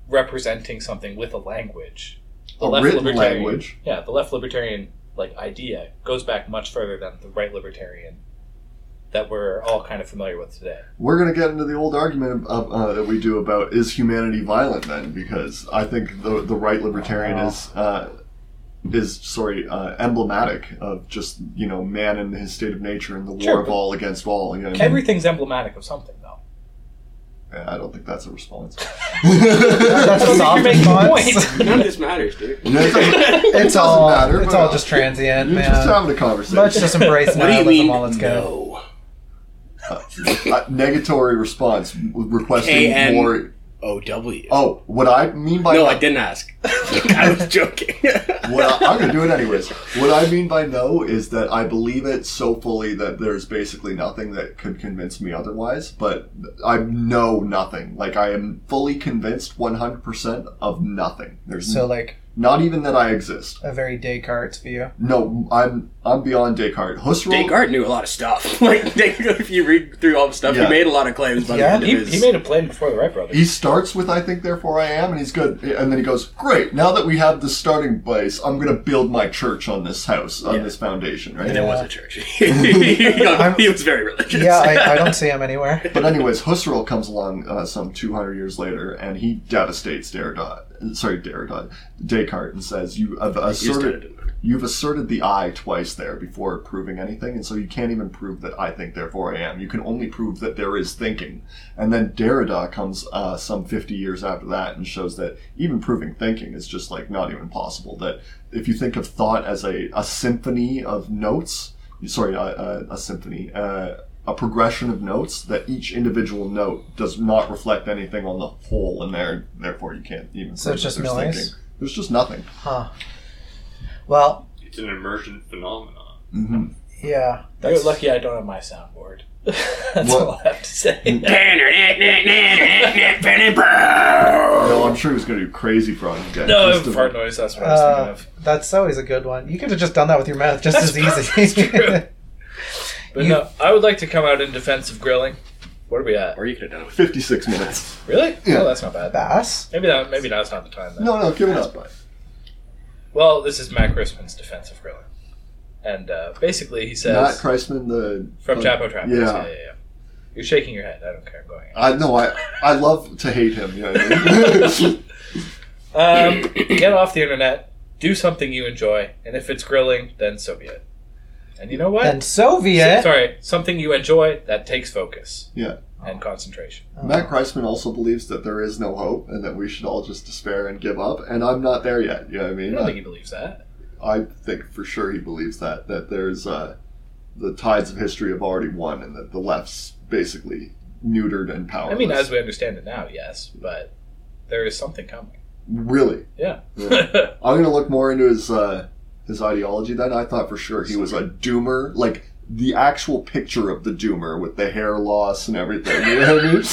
Speaker 1: representing something with a language. The
Speaker 3: a
Speaker 1: left
Speaker 3: written
Speaker 1: libertarian-
Speaker 3: language.
Speaker 1: Yeah, the left libertarian like idea goes back much further than the right libertarian that we're all kind of familiar with today.
Speaker 3: We're going to get into the old argument of, uh, that we do about is humanity violent then? Because I think the the right libertarian is uh, is sorry uh, emblematic of just you know man in his state of nature and the
Speaker 1: Sure,
Speaker 3: war of
Speaker 1: but-
Speaker 3: all against all. You know what I, mean?
Speaker 1: Everything's emblematic of something, though.
Speaker 3: Yeah, I don't think that's a response.
Speaker 2: *laughs* That's a
Speaker 1: You're
Speaker 2: soft
Speaker 1: making a
Speaker 2: response.
Speaker 1: point.
Speaker 4: None of this matters, dude.
Speaker 3: Yeah,
Speaker 4: *laughs*
Speaker 3: it doesn't- it
Speaker 2: It's
Speaker 3: doesn't
Speaker 2: all
Speaker 3: matter,
Speaker 2: it's
Speaker 3: but
Speaker 2: all just transient,
Speaker 3: You're
Speaker 2: man.
Speaker 3: just having a conversation.
Speaker 2: Let's just embrace
Speaker 4: What do you
Speaker 2: nihilism
Speaker 4: mean?
Speaker 2: while it's good.
Speaker 4: No.
Speaker 3: Uh, negatory response w- requesting
Speaker 4: KN.
Speaker 3: more
Speaker 4: O W.
Speaker 3: Oh, what I mean by
Speaker 4: No, I didn't ask. *laughs* I was joking. *laughs*
Speaker 3: well, I'm gonna do it anyways. What I mean by no is that I believe it so fully that there's basically nothing that could convince me otherwise. But I know nothing. Like I am fully convinced, 100 percent of nothing. There's
Speaker 2: So like
Speaker 3: not even that I exist.
Speaker 2: a very Descartes
Speaker 4: *laughs*
Speaker 2: view.
Speaker 3: No, I'm I'm beyond Descartes. Husserl.
Speaker 4: Descartes knew a lot of stuff. *laughs* Like, Descartes, if you read through all the stuff,
Speaker 3: Yeah.
Speaker 4: he made a lot of claims by
Speaker 2: Yeah.
Speaker 4: the end of
Speaker 1: He,
Speaker 4: his.
Speaker 1: he made a plan before the Wright brothers.
Speaker 3: He starts with "I think, therefore I am," and he's good. And then he goes, "Great! Now that we have the starting place, I'm going to build my church on this house, on
Speaker 4: Yeah.
Speaker 3: this foundation,
Speaker 4: and
Speaker 3: right?"
Speaker 4: there was a church. *laughs*
Speaker 2: *laughs*
Speaker 4: he was very religious.
Speaker 2: Yeah, I, I don't see him anywhere.
Speaker 3: But anyways, Husserl comes along uh, some 200 years later, and he devastates Derrida, sorry, Derrida, Descartes, and says, "You have
Speaker 4: He's dead,
Speaker 3: asserted,
Speaker 4: didn't he?
Speaker 3: you've asserted the I twice there before proving anything, and so you can't even prove that I think, therefore I am. You can only prove that there is thinking." And then Derrida comes uh, some 50 years after that and shows that even proving thinking is just like not even possible. That if you think of thought as a, a symphony of notes, sorry, a, a, a symphony, uh, a progression of notes, that each individual note does not reflect anything on the whole in there, therefore you can't even.
Speaker 2: So it's
Speaker 3: prove
Speaker 2: just
Speaker 3: that there's
Speaker 2: noise?
Speaker 3: There's just nothing.
Speaker 2: Huh. Well,
Speaker 6: It's an immersion phenomenon.
Speaker 3: Mhm.
Speaker 2: yeah.
Speaker 1: You're lucky I don't have my soundboard. *laughs* That's
Speaker 3: What?
Speaker 1: all I have to say.
Speaker 3: No, I'm sure he was going to do crazy frog again.
Speaker 1: no,
Speaker 3: Just to-
Speaker 1: fart noise. That's what I was thinking
Speaker 2: Uh,
Speaker 1: of.
Speaker 2: that's always a good one. You could have just done that with your mouth just
Speaker 1: That's
Speaker 2: as easy.
Speaker 1: probably- that's But
Speaker 2: You-
Speaker 1: no, I would like to come out in defense of grilling. What are we at?
Speaker 4: Or you could have done it with
Speaker 3: 56 minutes.
Speaker 1: Really?
Speaker 3: Yeah.
Speaker 1: Oh, that's not bad.
Speaker 2: *laughs* Bass.
Speaker 1: Maybe that. Maybe now's not the time. Then.
Speaker 3: No, no, give it up.
Speaker 1: Well, this is Matt Crispin's defense of grilling, and uh, basically he says
Speaker 3: Matt Kreisman, the
Speaker 1: from
Speaker 3: the-
Speaker 1: Chapo Trap.
Speaker 3: Yeah.
Speaker 1: yeah, yeah, yeah. You're shaking your head. I don't care. I'm going.
Speaker 3: I know. I I love to hate him. You know what I mean? *laughs*
Speaker 1: Um, *coughs* get off the internet. Do something you enjoy, and if it's grilling, then so be it. And you know what?
Speaker 2: And Soviet.
Speaker 1: Sorry, something you enjoy that takes focus.
Speaker 3: Yeah.
Speaker 1: And concentration.
Speaker 2: Oh,
Speaker 3: Matt Kreisman also believes that there is no hope and that we should all just despair and give up. And I'm not there yet. You know what I
Speaker 1: I
Speaker 3: mean?
Speaker 1: don't think he believes that.
Speaker 3: I think for sure he believes that that there's uh, the tides of history have already won, and that the left's basically neutered and
Speaker 1: I
Speaker 3: powerless.
Speaker 1: mean, as we understand it now, yes, but there is something coming.
Speaker 3: really,
Speaker 1: Yeah.
Speaker 3: Yeah. I'm gonna look more into his uh, his ideology. Then I thought for sure he was a doomer, like the actual picture of the doomer with the hair loss and everything. You know what I mean?
Speaker 2: *laughs*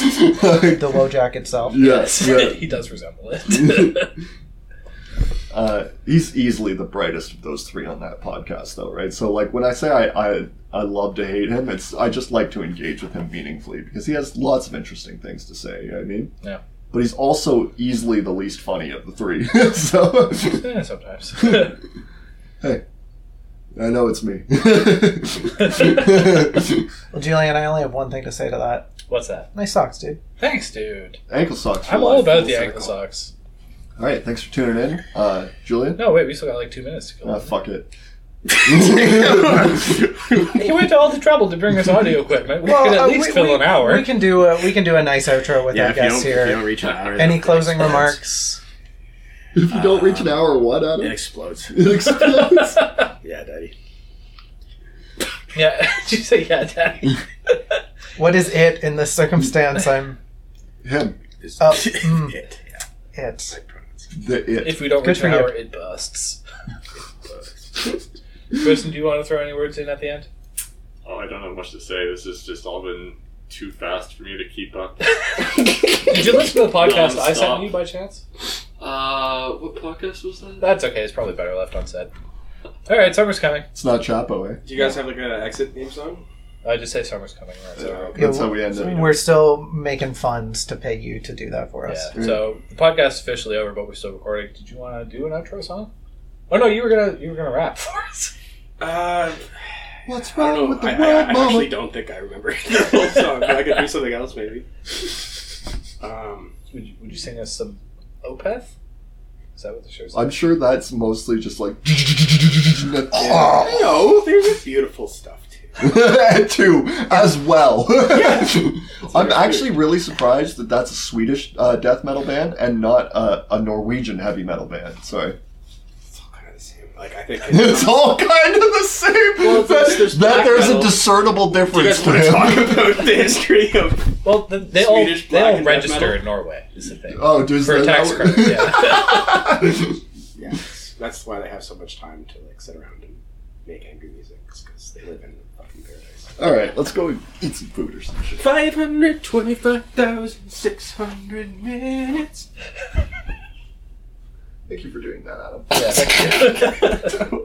Speaker 2: The Wojak
Speaker 4: Mm.
Speaker 2: itself.
Speaker 3: yes, yeah.
Speaker 1: *laughs*
Speaker 3: Mm-hmm.
Speaker 1: he does resemble *laughs* it.
Speaker 3: Uh, he's easily the brightest of those three on that podcast, though, right? So, like, when I say I, I, I love to hate him, it's I just like to engage with him meaningfully because he has lots of interesting things to say. You know what I mean,
Speaker 1: Yeah.
Speaker 3: But he's also easily the least funny of the three. *laughs* so,
Speaker 1: Eh, sometimes. *laughs*
Speaker 3: I know it's me.
Speaker 2: Well, Julian, I only have one thing to say to that.
Speaker 1: What's that?
Speaker 2: Nice socks, dude.
Speaker 1: Thanks, dude.
Speaker 3: ankle socks. for
Speaker 1: I'm all
Speaker 3: life,
Speaker 1: about
Speaker 3: full
Speaker 1: the ankle
Speaker 3: circle.
Speaker 1: socks.
Speaker 3: All right, thanks for tuning in, uh, Julian.
Speaker 1: No, wait, we still got like two minutes to go.
Speaker 2: Uh,
Speaker 3: Ah,
Speaker 4: *laughs*
Speaker 3: fuck it.
Speaker 1: He went to all the trouble to bring us audio equipment. We could
Speaker 2: uh,
Speaker 1: at least fill an hour.
Speaker 2: We can do a we can do a nice outro with
Speaker 4: Yeah,
Speaker 2: our
Speaker 4: if you,
Speaker 2: guests
Speaker 4: don't, if you
Speaker 2: here.
Speaker 4: don't reach an hour,
Speaker 2: Any
Speaker 4: then
Speaker 2: closing
Speaker 4: it explodes.
Speaker 2: remarks?
Speaker 3: if you don't reach an hour, what Adam?
Speaker 4: It explodes.
Speaker 3: It explodes.
Speaker 4: Yeah, Daddy.
Speaker 1: *laughs* yeah, *laughs* did you say yeah,
Speaker 2: *laughs*
Speaker 1: Daddy?
Speaker 2: What is it in this circumstance? I'm
Speaker 3: *laughs* Him,
Speaker 4: It's- *laughs*
Speaker 2: Oh, mm.
Speaker 4: it. Yeah,
Speaker 2: it.
Speaker 3: the it.
Speaker 1: if we don't reach
Speaker 2: Good
Speaker 1: an
Speaker 2: for you.
Speaker 1: hour, it busts. *laughs* Kristen, do you want to throw any words in at the
Speaker 2: *laughs*
Speaker 1: end?
Speaker 6: Oh, I don't have much to say. This has just all been too fast for me to keep up.
Speaker 1: Did you listen to the podcast I sent
Speaker 6: Non-stop.
Speaker 1: you by chance?
Speaker 5: Uh, what podcast was that?
Speaker 1: That's okay. It's probably better left unsaid. All right, summer's coming.
Speaker 3: It's not Chapo, eh?
Speaker 4: Do you guys have like an exit theme song?
Speaker 1: I just say summer's coming. Right? So,
Speaker 3: That's how we end it.
Speaker 2: We're still making funds to pay you to do that for us.
Speaker 1: yeah. So the podcast's officially over, but we're still recording. Did you want to do an outro song? Oh no, you were gonna you were gonna rap *laughs* for us.
Speaker 4: Uh,
Speaker 3: What's
Speaker 4: I don't
Speaker 3: wrong
Speaker 4: know.
Speaker 3: with the
Speaker 4: I, I,
Speaker 3: world,
Speaker 4: I
Speaker 3: mama?
Speaker 4: actually don't think I remember *laughs* the whole song. But I could do something else, maybe. Um,
Speaker 1: Would you, would you sing us some Opeth? Is that what the show's?
Speaker 3: I'm sure that's mostly just like. *laughs*
Speaker 4: no, there's beautiful stuff too.
Speaker 3: Two as well. *laughs* I'm
Speaker 4: very
Speaker 3: actually really surprised that that's a Swedish uh, death metal band and not uh, a Norwegian heavy metal band. Sorry.
Speaker 4: It's all kind of the same. Like I think
Speaker 3: It's *laughs* all kind of the same.
Speaker 4: Well, there's-
Speaker 3: that
Speaker 4: there's
Speaker 3: there's, that
Speaker 4: black
Speaker 3: there's a
Speaker 4: metal.
Speaker 3: discernible
Speaker 4: Do you
Speaker 3: difference
Speaker 4: guys
Speaker 3: to
Speaker 4: want to *laughs* talk
Speaker 3: him.
Speaker 4: about the history of?
Speaker 1: Well, the, they all
Speaker 4: Swedish
Speaker 1: they
Speaker 4: black
Speaker 1: all
Speaker 4: and death
Speaker 1: register
Speaker 4: metal.
Speaker 1: in Norway. Is the thing
Speaker 3: *laughs* Oh, does
Speaker 1: for a
Speaker 3: that-
Speaker 1: tax
Speaker 3: that-
Speaker 1: credit. Yeah.
Speaker 4: Yeah, that's why they have so much time to like sit around and make angry music because they live in fucking paradise.
Speaker 3: *laughs* All right, let's go eat some food or some shit.
Speaker 4: Five hundred twenty-five thousand six hundred minutes.
Speaker 3: Thank you for doing that, Adam. *laughs*
Speaker 1: yeah.